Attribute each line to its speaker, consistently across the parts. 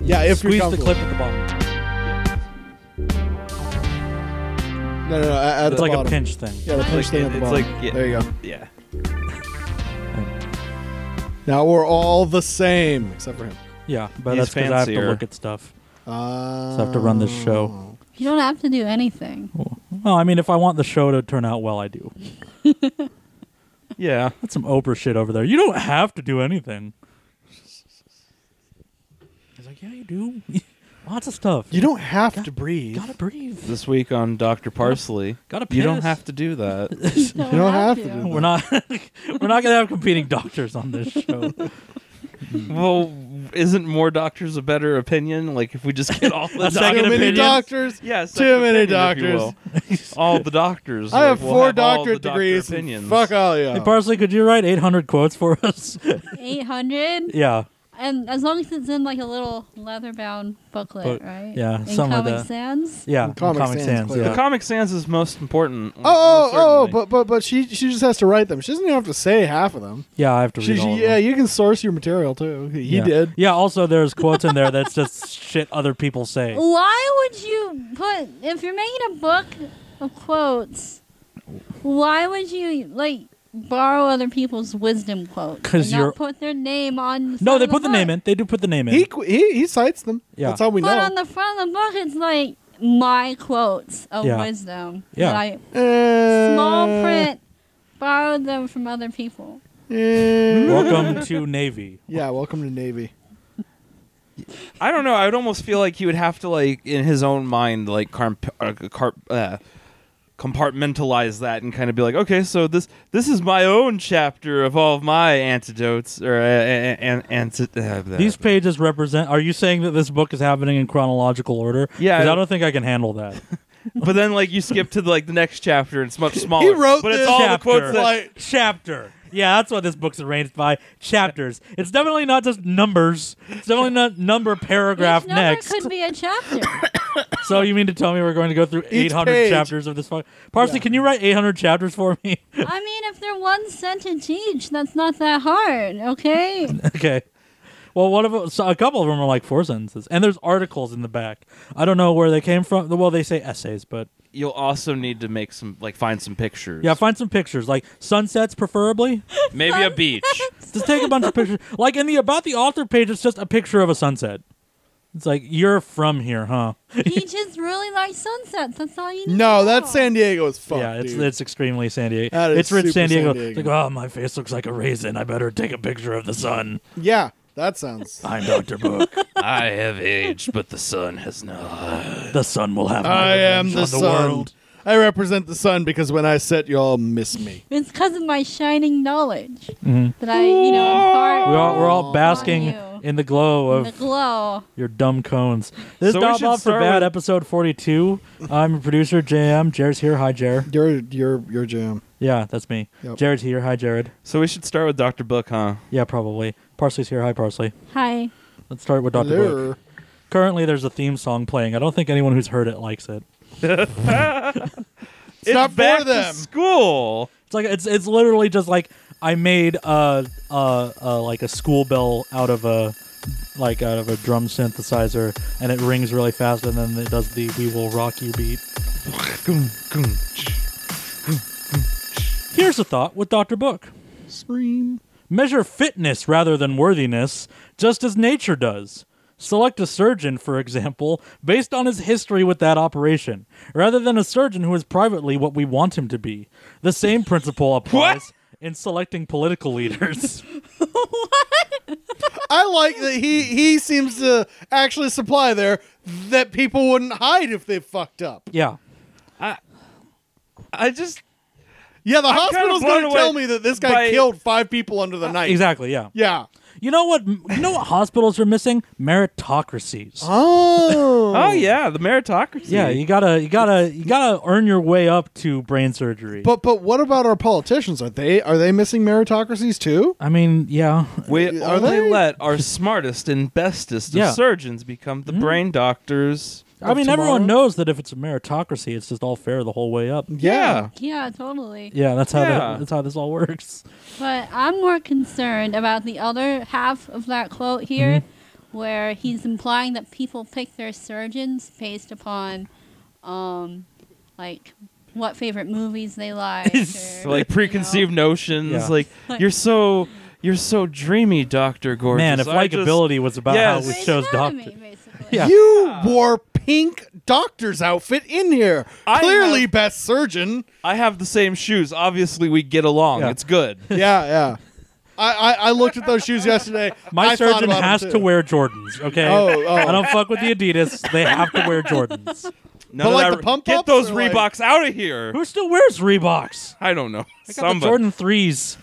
Speaker 1: if you're
Speaker 2: squeeze the
Speaker 1: comfortable.
Speaker 2: clip at the bottom.
Speaker 1: No, no, no. At, at
Speaker 2: It's
Speaker 1: the
Speaker 2: like a
Speaker 1: bottom.
Speaker 2: pinch thing.
Speaker 1: Yeah, the
Speaker 3: It's
Speaker 1: pinch
Speaker 3: like-
Speaker 1: thing at the
Speaker 3: it's
Speaker 1: bottom.
Speaker 3: like- yeah.
Speaker 1: There you go.
Speaker 3: Yeah.
Speaker 1: Now we're all the same except for him.
Speaker 2: Yeah, but
Speaker 3: He's
Speaker 2: that's because I have to
Speaker 3: fancier.
Speaker 2: look at stuff.
Speaker 1: Uh,
Speaker 2: So I have to run this show.
Speaker 4: You don't have to do anything.
Speaker 1: Oh.
Speaker 2: Well, I mean, if I want the show to turn out well, I do.
Speaker 3: Yeah.
Speaker 2: That's some Oprah shit over there. You don't have to do anything. He's like, yeah, you do. Lots of stuff.
Speaker 1: You don't have to breathe.
Speaker 2: gotta breathe.
Speaker 3: This week on Doctor Parsley.
Speaker 2: Gotta piss.
Speaker 3: You don't have to do that.
Speaker 4: You don't,
Speaker 1: have to do
Speaker 2: We're not. we're not gonna have competing doctors on this show.
Speaker 1: Oh.
Speaker 3: well, isn't more doctors a better opinion? Like if we just get all the
Speaker 2: A
Speaker 1: Too
Speaker 2: second
Speaker 1: many
Speaker 2: opinion.
Speaker 3: doctors.
Speaker 1: doctors.
Speaker 3: Yeah,
Speaker 1: Too
Speaker 3: second
Speaker 1: many
Speaker 3: opinion, if you
Speaker 1: doctors.
Speaker 3: will. all the doctors.
Speaker 1: I
Speaker 3: like,
Speaker 1: have
Speaker 3: we'll
Speaker 1: four
Speaker 3: have all the
Speaker 1: doctorate
Speaker 3: doctor
Speaker 1: degrees. and
Speaker 3: Opinions.
Speaker 1: Fuck all you.
Speaker 2: Hey, Parsley, could you write 800 quotes for us?
Speaker 4: 800?
Speaker 2: yeah.
Speaker 4: And as long as it's in like a little leather bound booklet,
Speaker 2: Book-
Speaker 4: right?
Speaker 2: yeah,
Speaker 4: In
Speaker 2: something like
Speaker 4: Comic
Speaker 2: that.
Speaker 4: Sans?
Speaker 2: Yeah.
Speaker 1: Comic Sans, clearly.
Speaker 3: The
Speaker 2: yeah.
Speaker 3: Comic Sans is most important.
Speaker 1: Oh, oh, oh,
Speaker 3: certainly.
Speaker 1: but but but she she just has to write them. She doesn't even have to say half of them.
Speaker 2: yeah, I have to read
Speaker 1: She,
Speaker 2: all of
Speaker 1: yeah,
Speaker 2: them.
Speaker 1: you can source your material too. He
Speaker 2: yeah.
Speaker 1: did.
Speaker 2: Yeah, also there's quotes in there that's just shit other people say.
Speaker 4: Why would you put, if you're making a book of quotes, why would you like borrow other people's wisdom quotes?
Speaker 2: 'Cause
Speaker 4: and not
Speaker 2: you're-
Speaker 4: put their name on the
Speaker 2: No,
Speaker 4: front
Speaker 2: they
Speaker 4: of
Speaker 2: put the name
Speaker 4: book?
Speaker 2: in. They do put the name in.
Speaker 1: He qu- he he cites them.
Speaker 2: Yeah.
Speaker 1: That's how we
Speaker 4: But
Speaker 1: know.
Speaker 4: on the front of the book, it's like my quotes of
Speaker 2: Yeah.
Speaker 4: wisdom.
Speaker 2: Yeah. Uh,
Speaker 4: That I,
Speaker 1: Eh,
Speaker 4: small print, borrowed them from other people.
Speaker 1: eh.
Speaker 2: Welcome to Navy.
Speaker 1: Yeah, welcome to Navy.
Speaker 3: I don't know. I would almost feel like he would have to like in his own mind like carp- uh, carp- uh, compartmentalize that and kind of be like, okay, so this this is my own chapter of all of my antidotes or uh, an, an, anti- uh,
Speaker 2: These pages represent. Are you saying that this book is happening in chronological order?
Speaker 3: Yeah,
Speaker 2: 'Cause
Speaker 3: I-
Speaker 2: I don't think I can handle that.
Speaker 3: But then like you skip to like the next chapter and it's much smaller.
Speaker 1: wrote
Speaker 3: but
Speaker 1: this
Speaker 3: it's all
Speaker 2: chapter.
Speaker 3: the quotes that
Speaker 1: Like-
Speaker 2: Chapter. Yeah, that's what this book's arranged by chapters. It's definitely not just numbers. It's definitely not number paragraph
Speaker 4: Each number
Speaker 2: next.
Speaker 4: could be a chapter.
Speaker 2: So you mean to tell me we're going to go through
Speaker 1: Each
Speaker 2: 800
Speaker 1: page.
Speaker 2: chapters of this book? Parsley, can you write 800 chapters for me?
Speaker 4: I mean, if they're one sentence each, that's not that hard, okay?
Speaker 2: okay. Well, what if so a couple of them are like four sentences, and there's articles in the back. I don't know where they came from. Well, they say essays, but
Speaker 3: you'll also need to make some like find some pictures.
Speaker 2: yeah, find some pictures, like sunsets, preferably.
Speaker 3: maybe a beach.
Speaker 2: Just take a bunch of pictures. Like in the about the author page, it's just a picture of a sunset. It's like you're from here, huh?
Speaker 4: he just really likes sunsets. That's all you need.
Speaker 1: No,
Speaker 4: to
Speaker 1: that's
Speaker 4: know.
Speaker 1: San Diego as fuck.
Speaker 2: yeah, it's
Speaker 1: dude.
Speaker 2: it's extremely San Diego.
Speaker 1: That is
Speaker 2: it's rich
Speaker 1: super
Speaker 2: San Diego.
Speaker 1: San Diego.
Speaker 2: It's like, oh, my face looks like a raisin. I better take a picture of the sun.
Speaker 1: yeah, that sounds.
Speaker 2: I'm Doctor Book.
Speaker 3: I have aged, but the sun has not.
Speaker 2: the sun will have. my
Speaker 1: I am
Speaker 2: revenge
Speaker 1: the,
Speaker 2: on the
Speaker 1: sun.
Speaker 2: world.
Speaker 1: I represent the sun because when I set, y'all miss me.
Speaker 4: It's because of my shining knowledge that I, you know, impart
Speaker 2: We're Mm-hmm. all, we're all basking
Speaker 4: you.
Speaker 2: in the glow
Speaker 4: the
Speaker 2: of
Speaker 4: glow.
Speaker 2: your dumb cones. This is
Speaker 3: So we
Speaker 2: Dot
Speaker 3: should
Speaker 2: Bob for
Speaker 3: start
Speaker 2: Bad,
Speaker 3: with-
Speaker 2: episode 42. I'm your producer, JM. Jared's here. Hi, Jared.
Speaker 1: Your your your jam.
Speaker 2: Yeah, that's me.
Speaker 1: Yep.
Speaker 2: Jared's here. Hi, Jared.
Speaker 3: So we should start with Doctor Book, huh?
Speaker 2: Yeah, probably. Parsley's here. Hi, Parsley.
Speaker 4: Hi.
Speaker 2: Let's start with Dr. Book.
Speaker 1: Lure.
Speaker 2: Currently, there's a theme song playing. I don't think anyone who's heard it likes it.
Speaker 3: It's
Speaker 1: not for
Speaker 3: back
Speaker 1: them.
Speaker 3: to school.
Speaker 2: It's like it's it's literally just like I made a, a, a like a school bell out of a like out of a drum synthesizer, and it rings really fast, and then it does the "We Will Rock You" beat. Here's a thought with Dr. Book.
Speaker 1: Scream.
Speaker 2: Measure fitness rather than worthiness, just as nature does. Select a surgeon, for example, based on his history with that operation, rather than a surgeon who is privately what we want him to be. The same principle applies in selecting political leaders.
Speaker 1: I like that he he seems to actually supply there that people wouldn't hide if they fucked up.
Speaker 2: yeah.
Speaker 3: I just
Speaker 1: Yeah, the
Speaker 3: kinda
Speaker 1: hospital's
Speaker 3: blown
Speaker 1: going to tell
Speaker 3: away
Speaker 1: me that this guy
Speaker 3: by- Uh,
Speaker 1: killed five people under the night.
Speaker 2: Exactly, yeah.
Speaker 1: Yeah.
Speaker 2: You know what you know what hospitals are missing? Meritocracies.
Speaker 1: Oh.
Speaker 3: oh yeah, the meritocracy.
Speaker 2: Yeah, you got to you got to you got to earn your way up to brain surgery.
Speaker 1: But but what about our politicians? Are they are they missing meritocracies too?
Speaker 2: I mean, yeah.
Speaker 3: we
Speaker 1: Are
Speaker 3: only
Speaker 1: they?
Speaker 3: let our smartest and bestest
Speaker 2: Yeah. Mm-hmm.
Speaker 3: of surgeons become the brain doctors.
Speaker 2: I
Speaker 1: Of
Speaker 2: mean,
Speaker 1: tomorrow?
Speaker 2: everyone knows that if it's a meritocracy, it's just all fair the whole way up.
Speaker 3: Yeah.
Speaker 4: Yeah, totally.
Speaker 2: Yeah, that's how that-
Speaker 3: Yeah.
Speaker 2: that's how this all works.
Speaker 4: But I'm more concerned about the other half of that quote here,
Speaker 2: Mm-hmm.
Speaker 4: where he's implying that people pick their surgeons based upon, um, like what favorite movies they like.
Speaker 3: So,
Speaker 4: or,
Speaker 3: like
Speaker 4: you know.
Speaker 3: preconceived notions.
Speaker 2: Yeah.
Speaker 3: Like
Speaker 4: Like-
Speaker 3: you're so you're so dreamy, Doctor Gorgeous.
Speaker 2: Man, if
Speaker 3: I just-
Speaker 2: likability was about
Speaker 3: Yes.
Speaker 2: how we
Speaker 4: Grey's
Speaker 2: chose
Speaker 4: Anatomy,
Speaker 2: doctor.
Speaker 4: basically.
Speaker 2: Yeah.
Speaker 1: You wore pink doctor's outfit in here.
Speaker 3: I
Speaker 1: Clearly,
Speaker 3: have-
Speaker 1: best surgeon.
Speaker 3: I have the same shoes. Obviously, we get along.
Speaker 2: Yeah.
Speaker 3: It's good.
Speaker 1: Yeah, yeah. I, I, I looked at those shoes yesterday.
Speaker 2: My
Speaker 1: I thought
Speaker 2: surgeon
Speaker 1: about them
Speaker 2: has
Speaker 1: too.
Speaker 2: to wear Jordans, okay?
Speaker 1: Oh, oh.
Speaker 2: I don't fuck with the Adidas. They have to wear Jordans.
Speaker 3: None of
Speaker 1: like
Speaker 3: that-
Speaker 1: the pump
Speaker 3: get
Speaker 1: ups
Speaker 3: those
Speaker 1: or, like-
Speaker 3: Reeboks out of here.
Speaker 2: Who still wears Reeboks?
Speaker 3: I don't know.
Speaker 2: I got the
Speaker 3: Somebody.
Speaker 2: Jordan 3s.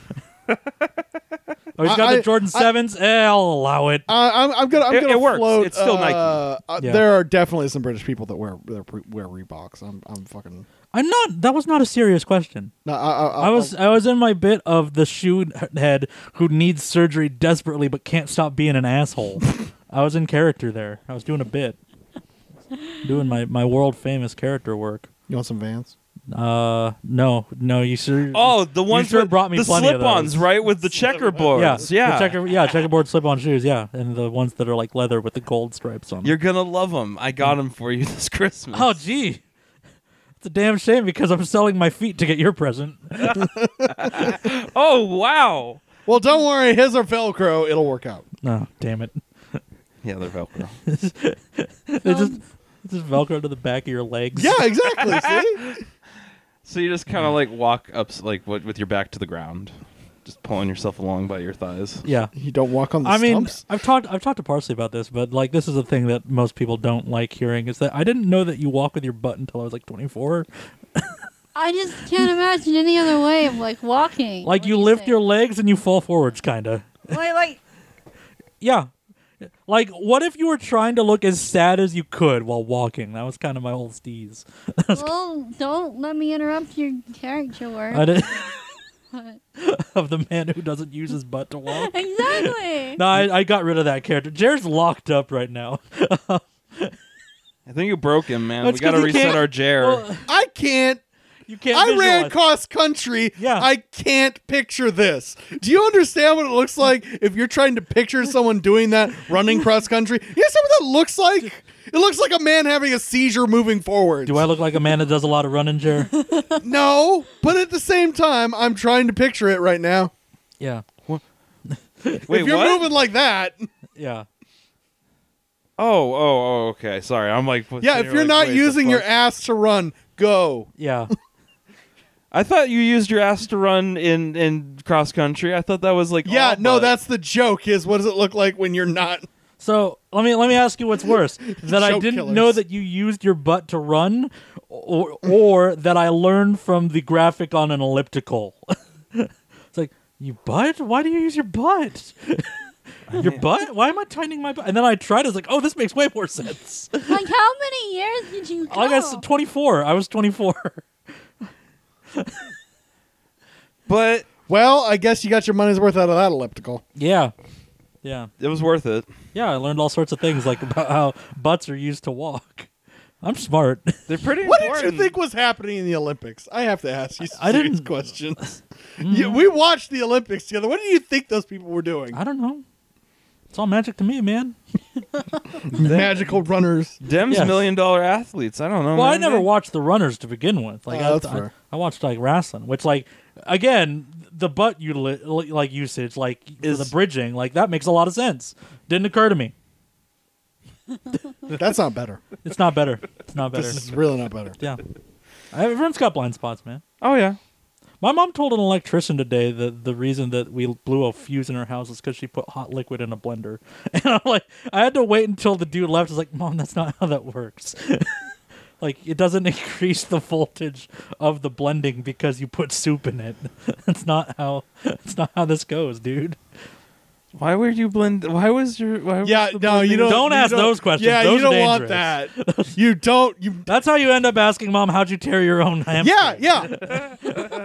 Speaker 2: oh, he's
Speaker 1: I-
Speaker 2: got
Speaker 1: I-
Speaker 2: the Jordan
Speaker 1: I-
Speaker 2: 7s? eh, I'll allow it.
Speaker 1: Uh, I'm, I'm gonna. I'm
Speaker 3: It-
Speaker 1: gonna
Speaker 3: it works.
Speaker 1: float,
Speaker 3: It's still
Speaker 1: uh,
Speaker 3: Nike.
Speaker 1: uh,
Speaker 2: Yeah.
Speaker 1: There are definitely some British people that wear that pre- wear Reeboks. I'm I'm fucking.
Speaker 2: I'm not. That was not a serious question.
Speaker 1: No, I, I, I,
Speaker 2: I was I was in my bit of the shoe head who needs surgery desperately but can't stop being an asshole. I was in character there. I was doing a bit, doing my, my world famous character work.
Speaker 1: You want some Vans?
Speaker 2: Uh, no, no, you sure?
Speaker 3: Oh, the
Speaker 2: you
Speaker 3: ones
Speaker 2: sure
Speaker 3: with
Speaker 2: brought me
Speaker 3: the
Speaker 2: plenty of
Speaker 3: slip-ons,
Speaker 2: those.
Speaker 3: right? With the
Speaker 2: yeah,
Speaker 3: checkerboards.
Speaker 2: the
Speaker 3: Yeah,
Speaker 2: checker, yeah, checkerboard slip-on shoes, yeah, and the ones that are like leather with the gold stripes on. them.
Speaker 3: You're gonna love them. I got them for you this Christmas.
Speaker 2: oh, gee, it's a damn shame because I'm selling my feet to get your present.
Speaker 3: oh wow.
Speaker 1: Well, don't worry. His are Velcro. It'll work out.
Speaker 2: No, damn it.
Speaker 3: Yeah, they're Velcro.
Speaker 2: They just it's just velcro to the back of your legs.
Speaker 1: Yeah, exactly. see,
Speaker 3: so you just kind of like walk up, s- like what, with your back to the ground, just pulling yourself along by your thighs.
Speaker 2: yeah.
Speaker 1: you don't walk on the
Speaker 2: I mean,
Speaker 1: stumps.
Speaker 2: I've talked I've talked to Parsley about this, but like this is a thing that most people don't like hearing is that I didn't know that you walk with your butt until I was like 24.
Speaker 4: I just can't imagine any other way of like walking.
Speaker 2: Like
Speaker 4: What
Speaker 2: you
Speaker 4: do
Speaker 2: lift
Speaker 4: say?
Speaker 2: your legs and you fall forwards kind of.
Speaker 4: like, like
Speaker 2: Yeah. Like what if you were trying to look as sad as you could while walking? That was kind of my whole steez.
Speaker 4: well, don't let me interrupt your character work.
Speaker 2: I did
Speaker 4: But-
Speaker 2: of the man who doesn't use his butt to walk.
Speaker 4: exactly.
Speaker 2: No, I, I got rid of that character. Jared's locked up right now.
Speaker 3: I think you broke him, man.
Speaker 2: That's
Speaker 3: we gotta
Speaker 2: 'cause he
Speaker 3: reset
Speaker 2: can't-
Speaker 3: our jar.
Speaker 2: Well,
Speaker 1: I can't.
Speaker 2: you can't.
Speaker 1: I ran
Speaker 2: visualize.
Speaker 1: cross country.
Speaker 2: Yeah.
Speaker 1: I can't picture this. Do you understand what it looks like if you're trying to picture someone doing that running cross country? You know what that looks like? It looks like a man having a seizure moving forward.
Speaker 2: Do I look like a man that does a lot of running, Jared?
Speaker 1: No, but at the same time, I'm trying to picture it right now.
Speaker 2: yeah,
Speaker 3: Wait,
Speaker 1: if you're
Speaker 3: what?
Speaker 1: moving like that,
Speaker 2: yeah.
Speaker 3: Oh, oh, oh, okay. Sorry, I'm like.
Speaker 1: yeah, if you're
Speaker 3: like,
Speaker 1: not
Speaker 3: wait, the
Speaker 1: using your
Speaker 3: fuck? Oh,
Speaker 1: ass to run, go.
Speaker 2: Yeah.
Speaker 3: I thought you used your ass to run in in cross country. I thought that was like.
Speaker 1: Yeah,
Speaker 3: all
Speaker 1: no,
Speaker 3: butt.
Speaker 1: that's the joke is what does it look like when you're not?
Speaker 2: So let me let me ask you what's worse that I
Speaker 1: Joke
Speaker 2: didn't
Speaker 1: killers.
Speaker 2: know that you used your butt to run, or or that I learned from the graphic on an elliptical. it's like you butt. Why do you use your butt? your butt? Why am I tightening my butt? And then I tried. It's like, oh, this makes way more sense.
Speaker 4: Like how many years did you go?
Speaker 2: Like I said, twenty four. I was twenty four.
Speaker 3: But
Speaker 1: Well, I guess you got your money's worth out of that elliptical.
Speaker 2: yeah, yeah.
Speaker 3: it was worth it.
Speaker 2: Yeah, I learned all sorts of things like about how butts are used to walk. I'm smart.
Speaker 3: They're pretty.
Speaker 1: What did you
Speaker 3: important.
Speaker 1: think was happening in the Olympics? I have to ask you serious
Speaker 2: I didn't- Mm.
Speaker 1: questions. You- we watched the Olympics together. What did you think those people were doing?
Speaker 2: I don't know. It's all magic to me, man.
Speaker 1: Magical runners.
Speaker 3: Dems
Speaker 2: Yes.
Speaker 3: million dollar athletes. I don't know.
Speaker 2: Well, I
Speaker 3: man.
Speaker 2: never watched the runners to begin with. Like
Speaker 1: Oh,
Speaker 2: I,
Speaker 1: that's
Speaker 2: I-
Speaker 1: fair.
Speaker 2: I watched like wrestling, which like again the butt utili- like usage like is the
Speaker 3: Is-
Speaker 2: bridging like that makes a lot of sense. Didn't occur to me.
Speaker 1: That's not better.
Speaker 2: It's not better. It's not better.
Speaker 1: This is really not better.
Speaker 2: yeah, I- everyone's got blind spots, man.
Speaker 3: Oh yeah.
Speaker 2: My mom told an electrician today that the reason that we blew a fuse in her house is because she put hot liquid in a blender. And I'm like, I had to wait until the dude left. I was like, Mom, that's not how that works. like, it doesn't increase the voltage of the blending because you put soup in it. that's not how. That's not how this goes, dude.
Speaker 3: Why were you blend? Why was your? Why was
Speaker 1: Yeah,
Speaker 3: the
Speaker 1: no, you
Speaker 3: blending-
Speaker 1: don't.
Speaker 2: Don't
Speaker 1: you
Speaker 2: ask those questions.
Speaker 1: Yeah,
Speaker 2: Those
Speaker 1: you
Speaker 2: are
Speaker 1: don't want that.
Speaker 2: dangerous.
Speaker 1: You don't. You.
Speaker 2: That's how you end up asking Mom, "How'd you tear your own hamstring?"
Speaker 1: Yeah, yeah.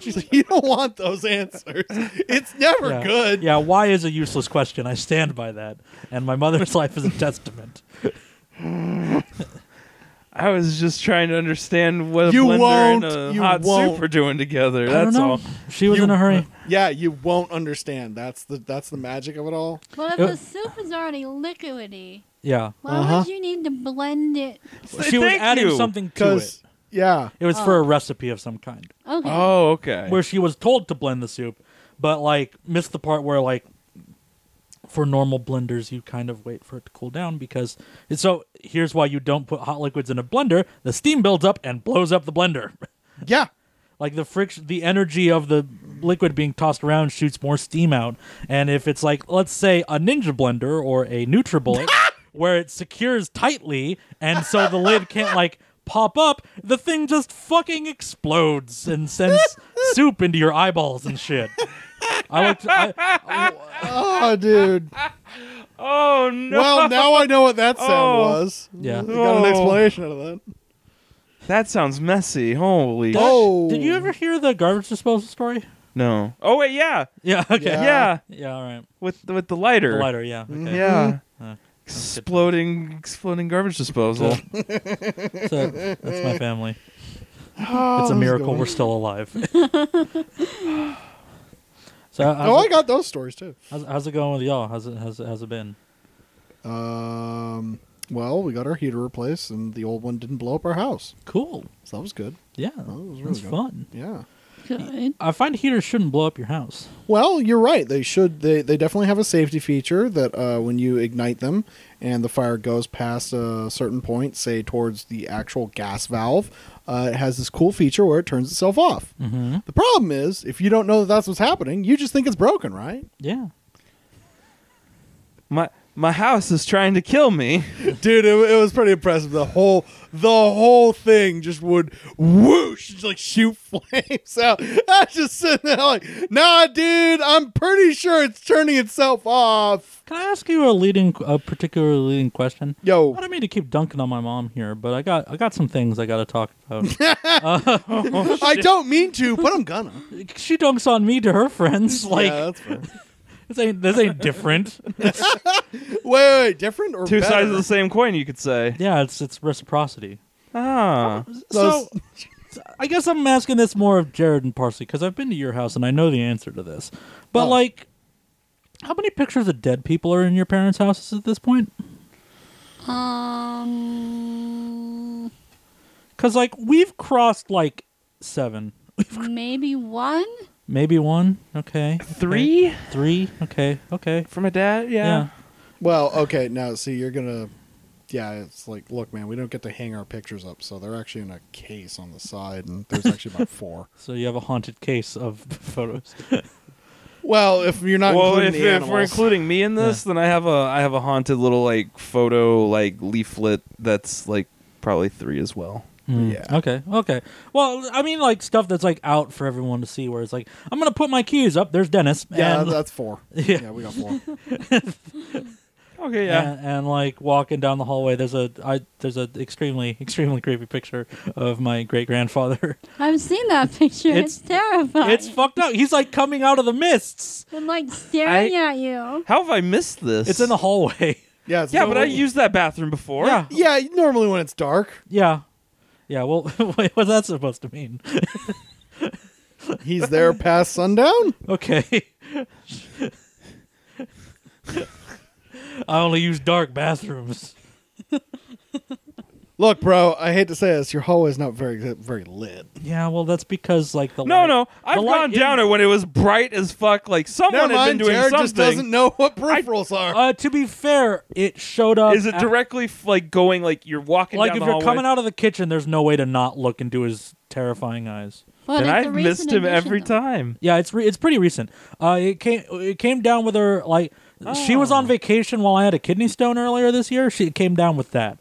Speaker 1: She's like, you don't want those answers. It's never
Speaker 2: Yeah.
Speaker 1: good.
Speaker 2: Yeah, why is a useless question? I stand by that, and my mother's life is a testament.
Speaker 3: I was just trying to understand what a
Speaker 1: You
Speaker 3: blender
Speaker 1: won't,
Speaker 3: and a
Speaker 1: you
Speaker 3: hot
Speaker 1: won't.
Speaker 3: soup are doing together.
Speaker 2: I don't
Speaker 3: That's
Speaker 2: know.
Speaker 3: all.
Speaker 2: She was
Speaker 1: You-
Speaker 2: in a hurry.
Speaker 1: Yeah, you won't understand. That's the that's the magic of it all.
Speaker 4: Well, if
Speaker 2: Uh,
Speaker 4: the soup is already liquidy,
Speaker 2: Yeah.
Speaker 4: why
Speaker 1: Uh-huh.
Speaker 4: would you need to blend it?
Speaker 3: Th-
Speaker 2: she was
Speaker 3: thank
Speaker 2: adding
Speaker 3: you.
Speaker 2: something to it.
Speaker 1: Because yeah,
Speaker 2: It was
Speaker 4: Oh.
Speaker 2: for a recipe of some kind
Speaker 4: Okay.
Speaker 3: Oh, okay.
Speaker 2: where she was told to blend the soup, but like missed the part where like for normal blenders you kind of wait for it to cool down because so here's why you don't put hot liquids in a blender. The steam builds up and blows up the blender.
Speaker 1: yeah.
Speaker 2: like the friction the energy of the liquid being tossed around shoots more steam out and if it's like let's say a ninja blender or a nutribullet where it secures tightly and so the lid can't like pop up the thing just fucking explodes and sends soup into your eyeballs and shit i like to, I,
Speaker 1: Oh, dude.
Speaker 3: oh no.
Speaker 1: Well, now I know what that sound
Speaker 3: Oh.
Speaker 1: was.
Speaker 2: Yeah.
Speaker 1: I got an
Speaker 3: Oh.
Speaker 1: explanation out of that.
Speaker 3: that sounds messy. Holy.
Speaker 1: Oh.
Speaker 2: did you ever hear the garbage disposal story
Speaker 3: No. Oh wait, yeah.
Speaker 2: yeah okay
Speaker 1: Yeah.
Speaker 2: yeah,
Speaker 3: Yeah.
Speaker 2: all right
Speaker 3: With the, with the lighter.
Speaker 2: the lighter yeah okay
Speaker 3: Yeah.
Speaker 1: Hmm.
Speaker 2: Uh,
Speaker 3: Exploding, exploding garbage disposal.
Speaker 2: So, that's my family
Speaker 1: Oh,
Speaker 2: it's a
Speaker 1: this is
Speaker 2: miracle
Speaker 1: going-
Speaker 2: we're still alive. so how's,
Speaker 1: Oh, I
Speaker 2: it,
Speaker 1: got those stories too.
Speaker 2: how's, how's it going with y'all? How's it how's it, how's it been?
Speaker 1: Um, well, we got our heater replaced, and the old one didn't blow up our house,
Speaker 2: Cool.
Speaker 1: so that was good.
Speaker 2: Yeah,
Speaker 1: Oh, it was really
Speaker 2: that's
Speaker 1: good.
Speaker 2: fun.
Speaker 1: Yeah.
Speaker 4: Good.
Speaker 2: I find heaters shouldn't blow up your house.
Speaker 1: Well, you're right. They should. They they definitely have a safety feature that uh, when you ignite them and the fire goes past a certain point, say towards the actual gas valve, uh, it has this cool feature where it turns itself off.
Speaker 2: Mm-hmm.
Speaker 1: The problem is, if you don't know that that's what's happening, you just think it's broken, right?
Speaker 2: Yeah.
Speaker 3: My my house is trying to kill me.
Speaker 1: Dude, it, it was pretty impressive. The whole the whole thing just would whoosh, just like shoot flames out. I was just sitting there like, nah, dude, I'm pretty sure it's turning itself off.
Speaker 2: Can I ask you a leading, a particular leading question?
Speaker 1: Yo,
Speaker 2: I don't mean to keep dunking on my mom here, but I got I got some things I got to talk about. Uh,
Speaker 1: I don't mean to, but I'm gonna.
Speaker 2: she dunks on me to her friends like
Speaker 1: yeah, that's fair.
Speaker 2: this ain't this ain't different.
Speaker 1: Wait, wait, wait, different or
Speaker 3: Two
Speaker 1: better?
Speaker 3: sides of the same coin, you could say.
Speaker 2: yeah, it's it's reciprocity.
Speaker 3: Ah.
Speaker 2: So
Speaker 1: Those-
Speaker 2: I guess I'm asking this more of Jared and Parsley because I've been to your house and I know the answer to this. But
Speaker 1: Oh.
Speaker 2: like, how many pictures of dead people are in your parents' houses at this point?
Speaker 4: Um,
Speaker 2: Because like we've crossed like seven,
Speaker 4: maybe one.
Speaker 2: maybe one. Okay,
Speaker 3: Three
Speaker 2: Okay. three. Okay, okay.
Speaker 3: from a dad, yeah.
Speaker 1: Well, okay, now see, you're gonna. Yeah, it's like, look, man, we don't get to hang our pictures up, so they're actually in a case on the side, and there's actually about four.
Speaker 2: So you have a haunted case of photos.
Speaker 1: Well, if you're not
Speaker 3: Well, if,
Speaker 1: including the
Speaker 3: if we're
Speaker 1: animals.
Speaker 3: including me in this, then I have a I have a haunted little like photo like leaflet that's like probably three as well.
Speaker 2: Mm,
Speaker 1: Yeah.
Speaker 2: Okay. Okay. Well, I mean, like stuff that's like out for everyone to see, where it's like, I'm gonna put my keys up. There's Dennis.
Speaker 1: yeah,
Speaker 2: and,
Speaker 1: that's four.
Speaker 2: Yeah.
Speaker 1: yeah, we got four.
Speaker 3: Okay,
Speaker 2: and, and like walking down the hallway there's a I, there's a extremely extremely creepy picture of my great grandfather
Speaker 4: I've seen that picture.
Speaker 2: It's-
Speaker 4: It's, terrifying.
Speaker 2: it's fucked up he's like coming out of the mists
Speaker 4: and like staring at you.
Speaker 3: How have I missed this?
Speaker 2: it's in the hallway
Speaker 1: Yeah, it's
Speaker 3: Yeah, but I
Speaker 1: normally-
Speaker 3: used that bathroom before.
Speaker 2: yeah
Speaker 1: Yeah, normally when it's dark,
Speaker 2: yeah yeah well wait, what's that supposed to mean
Speaker 1: he's there past sundown.
Speaker 2: okay i only use dark bathrooms
Speaker 1: Look, bro, I hate to say this, your hallway's not very very lit.
Speaker 2: yeah well that's because like the
Speaker 3: No,
Speaker 2: light-
Speaker 3: no, I've
Speaker 2: the light
Speaker 3: gone
Speaker 2: in-
Speaker 3: down it when it was bright as fuck. Like someone
Speaker 1: Never
Speaker 3: had
Speaker 1: mind,
Speaker 3: been doing
Speaker 1: Jared
Speaker 3: something.
Speaker 1: just doesn't know what peripherals are.
Speaker 2: uh, to be fair it showed up
Speaker 3: Is it
Speaker 2: at-
Speaker 3: directly f- like going like you're walking
Speaker 2: Uh, like
Speaker 3: down
Speaker 2: if
Speaker 3: the
Speaker 2: you're
Speaker 3: hallway?
Speaker 2: coming out of the kitchen there's no way to not look into his terrifying eyes
Speaker 4: But
Speaker 3: and
Speaker 4: it's
Speaker 3: I've
Speaker 4: a
Speaker 3: missed
Speaker 4: recent
Speaker 3: him
Speaker 4: addition,
Speaker 3: every
Speaker 4: though.
Speaker 3: time.
Speaker 2: yeah it's re- it's pretty recent uh it came it came down with her like she was on vacation while i had a kidney stone earlier this year she came down with that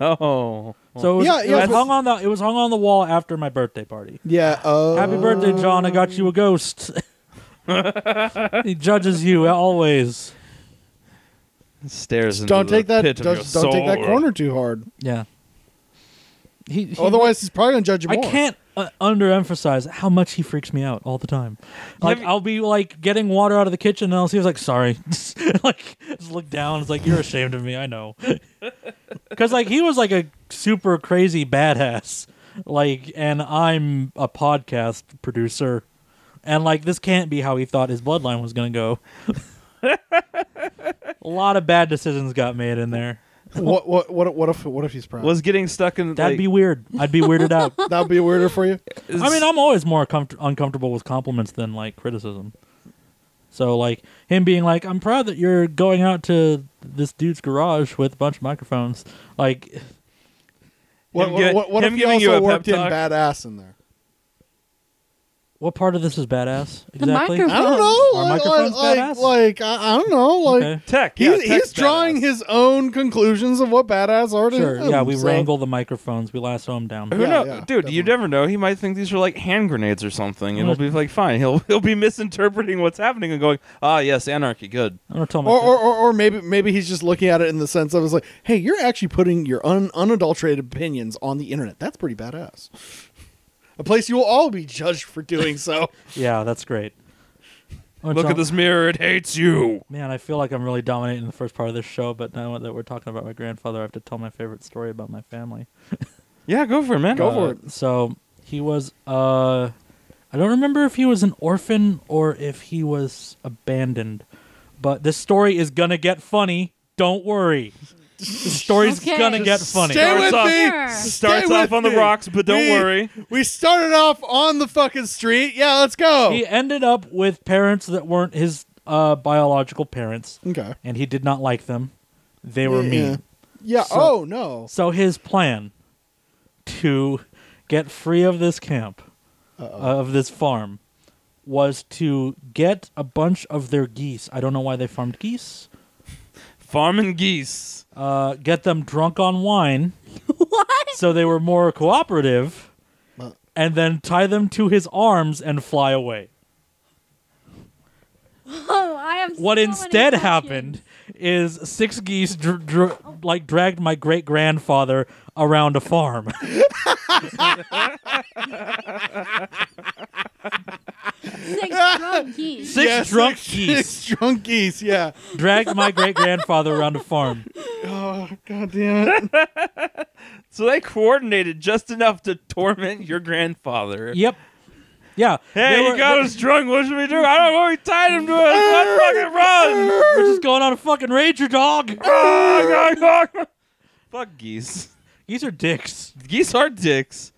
Speaker 3: Oh,
Speaker 2: so it was,
Speaker 1: Yeah,
Speaker 2: it
Speaker 1: yeah,
Speaker 2: was
Speaker 1: but-
Speaker 2: hung on the it was hung on the wall after my birthday party
Speaker 1: yeah. Uh,
Speaker 2: happy birthday john i got you a ghost he judges you always
Speaker 3: stairs. into
Speaker 1: Don't
Speaker 3: the
Speaker 1: take that.
Speaker 3: pit of
Speaker 1: Just
Speaker 3: your
Speaker 1: don't take that
Speaker 3: soul.
Speaker 1: corner too hard.
Speaker 2: yeah he, he-
Speaker 1: Otherwise, he's probably gonna judge you
Speaker 2: I
Speaker 1: more.
Speaker 2: can't uh, underemphasize how much he freaks me out all the time. Like
Speaker 3: Have you-
Speaker 2: I'll be like getting water out of the kitchen, and I'll see. I was like, "Sorry," like just look down. It's like you're ashamed of me. I know, because because like he was like a super crazy badass, like, and I'm a podcast producer, and like this can't be how he thought his bloodline was gonna go. a lot of bad decisions got made in there.
Speaker 1: what, what what what if what if he's proud?
Speaker 3: was getting stuck in
Speaker 2: That'd
Speaker 3: like,
Speaker 2: be weird. I'd be weirded out.
Speaker 1: That'd be weirder for you.
Speaker 2: I mean, I'm always more comfort- uncomfortable with compliments than like criticism. So like him being like, "I'm proud that you're going out to this dude's garage with a bunch of microphones." Like,
Speaker 1: What,
Speaker 3: Him
Speaker 1: what,
Speaker 3: gi-
Speaker 1: what, what
Speaker 3: him
Speaker 1: if he
Speaker 3: giving you
Speaker 1: also
Speaker 3: a pep
Speaker 1: worked in
Speaker 3: talk?
Speaker 1: badass in there?
Speaker 2: what part of this is badass
Speaker 4: The
Speaker 2: exactly?
Speaker 4: microphone.
Speaker 1: I don't know.
Speaker 2: Our
Speaker 1: like,
Speaker 2: microphone's
Speaker 1: like,
Speaker 2: badass?
Speaker 1: like, like, I, I don't know. Like
Speaker 2: Okay.
Speaker 3: tech.
Speaker 1: he,
Speaker 3: yeah,
Speaker 1: he's
Speaker 3: tech's
Speaker 1: drawing
Speaker 3: badass.
Speaker 1: his own conclusions of what badass are. to
Speaker 2: Sure.
Speaker 1: him,
Speaker 2: Yeah, we
Speaker 1: so-
Speaker 2: wrangle the microphones. We lasso them down.
Speaker 3: Who
Speaker 1: Yeah,
Speaker 3: knows,
Speaker 1: yeah,
Speaker 3: dude?
Speaker 1: definitely.
Speaker 3: You never know. He might think these are like hand grenades or something, and he'll be like, "Fine." He'll he'll be misinterpreting what's happening and going, "Ah, yes, anarchy, good."
Speaker 2: I'm gonna tell my
Speaker 1: Or, or, or, or maybe maybe he's just looking at it in the sense of it's like, hey, you're actually putting your un, unadulterated opinions on the internet. That's pretty badass. A place you will all be judged for doing so.
Speaker 2: yeah, that's great. I'm gonna
Speaker 3: Look
Speaker 2: tell-
Speaker 3: at this mirror; it hates you.
Speaker 2: Man, I feel like I'm really dominating the first part of this show, but now that we're talking about my grandfather, I have to tell my favorite story about my family.
Speaker 3: Yeah, go for it, man.
Speaker 1: Go
Speaker 2: Uh,
Speaker 1: for it.
Speaker 2: So he was uh I don't remember if he was an orphan or if he was abandoned. But this story is gonna get funny. Don't worry. The story's
Speaker 4: Okay.
Speaker 2: gonna
Speaker 4: Just
Speaker 2: get funny.
Speaker 1: Stay
Speaker 3: Starts
Speaker 1: with
Speaker 3: off-
Speaker 1: me.
Speaker 4: Sure.
Speaker 1: Stay
Speaker 3: Starts
Speaker 1: with
Speaker 3: off on the
Speaker 1: me.
Speaker 3: rocks, but don't
Speaker 1: We-
Speaker 3: worry.
Speaker 1: We started off on the fucking street. Yeah, let's go.
Speaker 2: He ended up with parents that weren't his uh biological parents
Speaker 1: okay.
Speaker 2: and he did not like them. They were
Speaker 1: Yeah.
Speaker 2: mean.
Speaker 1: Yeah.
Speaker 2: So-
Speaker 1: oh no.
Speaker 2: So his plan to get free of this camp, of this farm, was to get a bunch of their geese. I don't know why they farmed geese.
Speaker 3: Farming geese.
Speaker 2: Uh, get them drunk on wine
Speaker 4: What?
Speaker 2: so they were more cooperative,
Speaker 1: Uh.
Speaker 2: and then tie them to his arms and fly away.
Speaker 4: Oh, I have.
Speaker 2: What
Speaker 4: so many
Speaker 2: instead
Speaker 4: questions.
Speaker 2: happened is six geese dr- dr- like dragged my great grandfather around a farm.
Speaker 4: Six drunk geese.
Speaker 2: Six
Speaker 1: Yeah,
Speaker 2: drunk
Speaker 1: six-
Speaker 2: geese
Speaker 1: Six drunk geese. Yeah.
Speaker 2: dragged my great grandfather around a farm.
Speaker 1: Oh god damn it.
Speaker 3: So they coordinated just enough to torment your grandfather.
Speaker 2: Yep. Yeah.
Speaker 3: Hey,
Speaker 2: they
Speaker 3: you
Speaker 2: were-
Speaker 3: got
Speaker 2: they-
Speaker 3: us drunk. What should we do? I don't know. We tied him to a let's fucking run.
Speaker 2: We're just going on a fucking rager, dog.
Speaker 3: Fuck geese.
Speaker 2: These are dicks.
Speaker 3: Geese are dicks.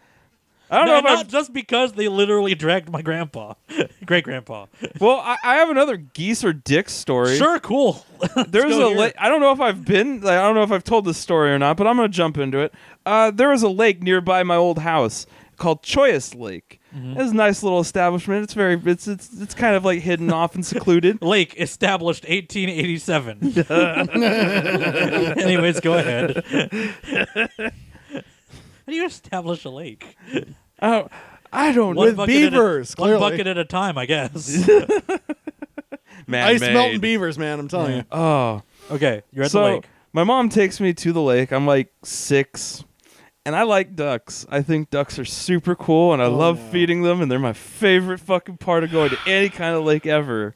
Speaker 3: I don't
Speaker 2: No,
Speaker 3: know if
Speaker 2: not
Speaker 3: I've-
Speaker 2: just because they literally dragged my grandpa, great grandpa.
Speaker 3: Well, I, I have another geese or dicks story.
Speaker 2: Sure, cool.
Speaker 3: There was
Speaker 2: go
Speaker 3: a
Speaker 2: here.
Speaker 3: lake. I don't know if I've been. I don't know if I've told this story or not, but I'm gonna jump into it. Uh, there was a lake nearby my old house called Choyas Lake.
Speaker 2: Mm-hmm.
Speaker 3: It's a nice little establishment. It's very. It's it's it's kind of like hidden off and secluded.
Speaker 2: Lake established 1887. Anyways, go ahead. How do you establish a lake?
Speaker 3: Oh, I don't
Speaker 2: One
Speaker 1: With
Speaker 2: bucket at a-
Speaker 1: beavers,
Speaker 2: one
Speaker 1: clearly.
Speaker 2: bucket at a time, I guess.
Speaker 3: man.
Speaker 1: Ice melting beavers, man. I'm telling you.
Speaker 3: Oh,
Speaker 2: Okay, you're at
Speaker 3: so
Speaker 2: the lake.
Speaker 3: my mom takes me to the lake. I'm like six, and I like ducks. I think ducks are super cool, and I
Speaker 2: Oh,
Speaker 3: love feeding them, and they're my favorite fucking part of going to any kind of lake ever.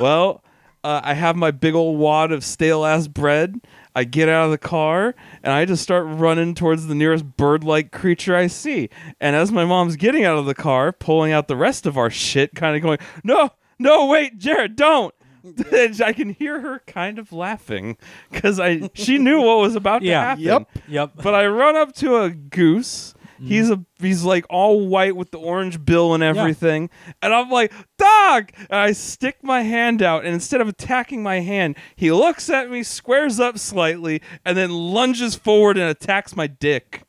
Speaker 3: Well, uh, I have my big old wad of stale ass bread. I get out of the car and I just start running towards the nearest bird like creature I see. And as my mom's getting out of the car, pulling out the rest of our shit, kind of going, No, no, wait, Jared, don't. And I can hear her kind of laughing because I she knew what was about
Speaker 2: Yeah.
Speaker 3: to happen.
Speaker 1: Yep.
Speaker 2: Yep.
Speaker 3: But I run up to a goose. He's a he's like all white with the orange bill and everything. And I'm like, dog! And I stick my hand out, and instead of attacking my hand, he looks at me, squares up slightly, and then lunges forward and attacks my dick.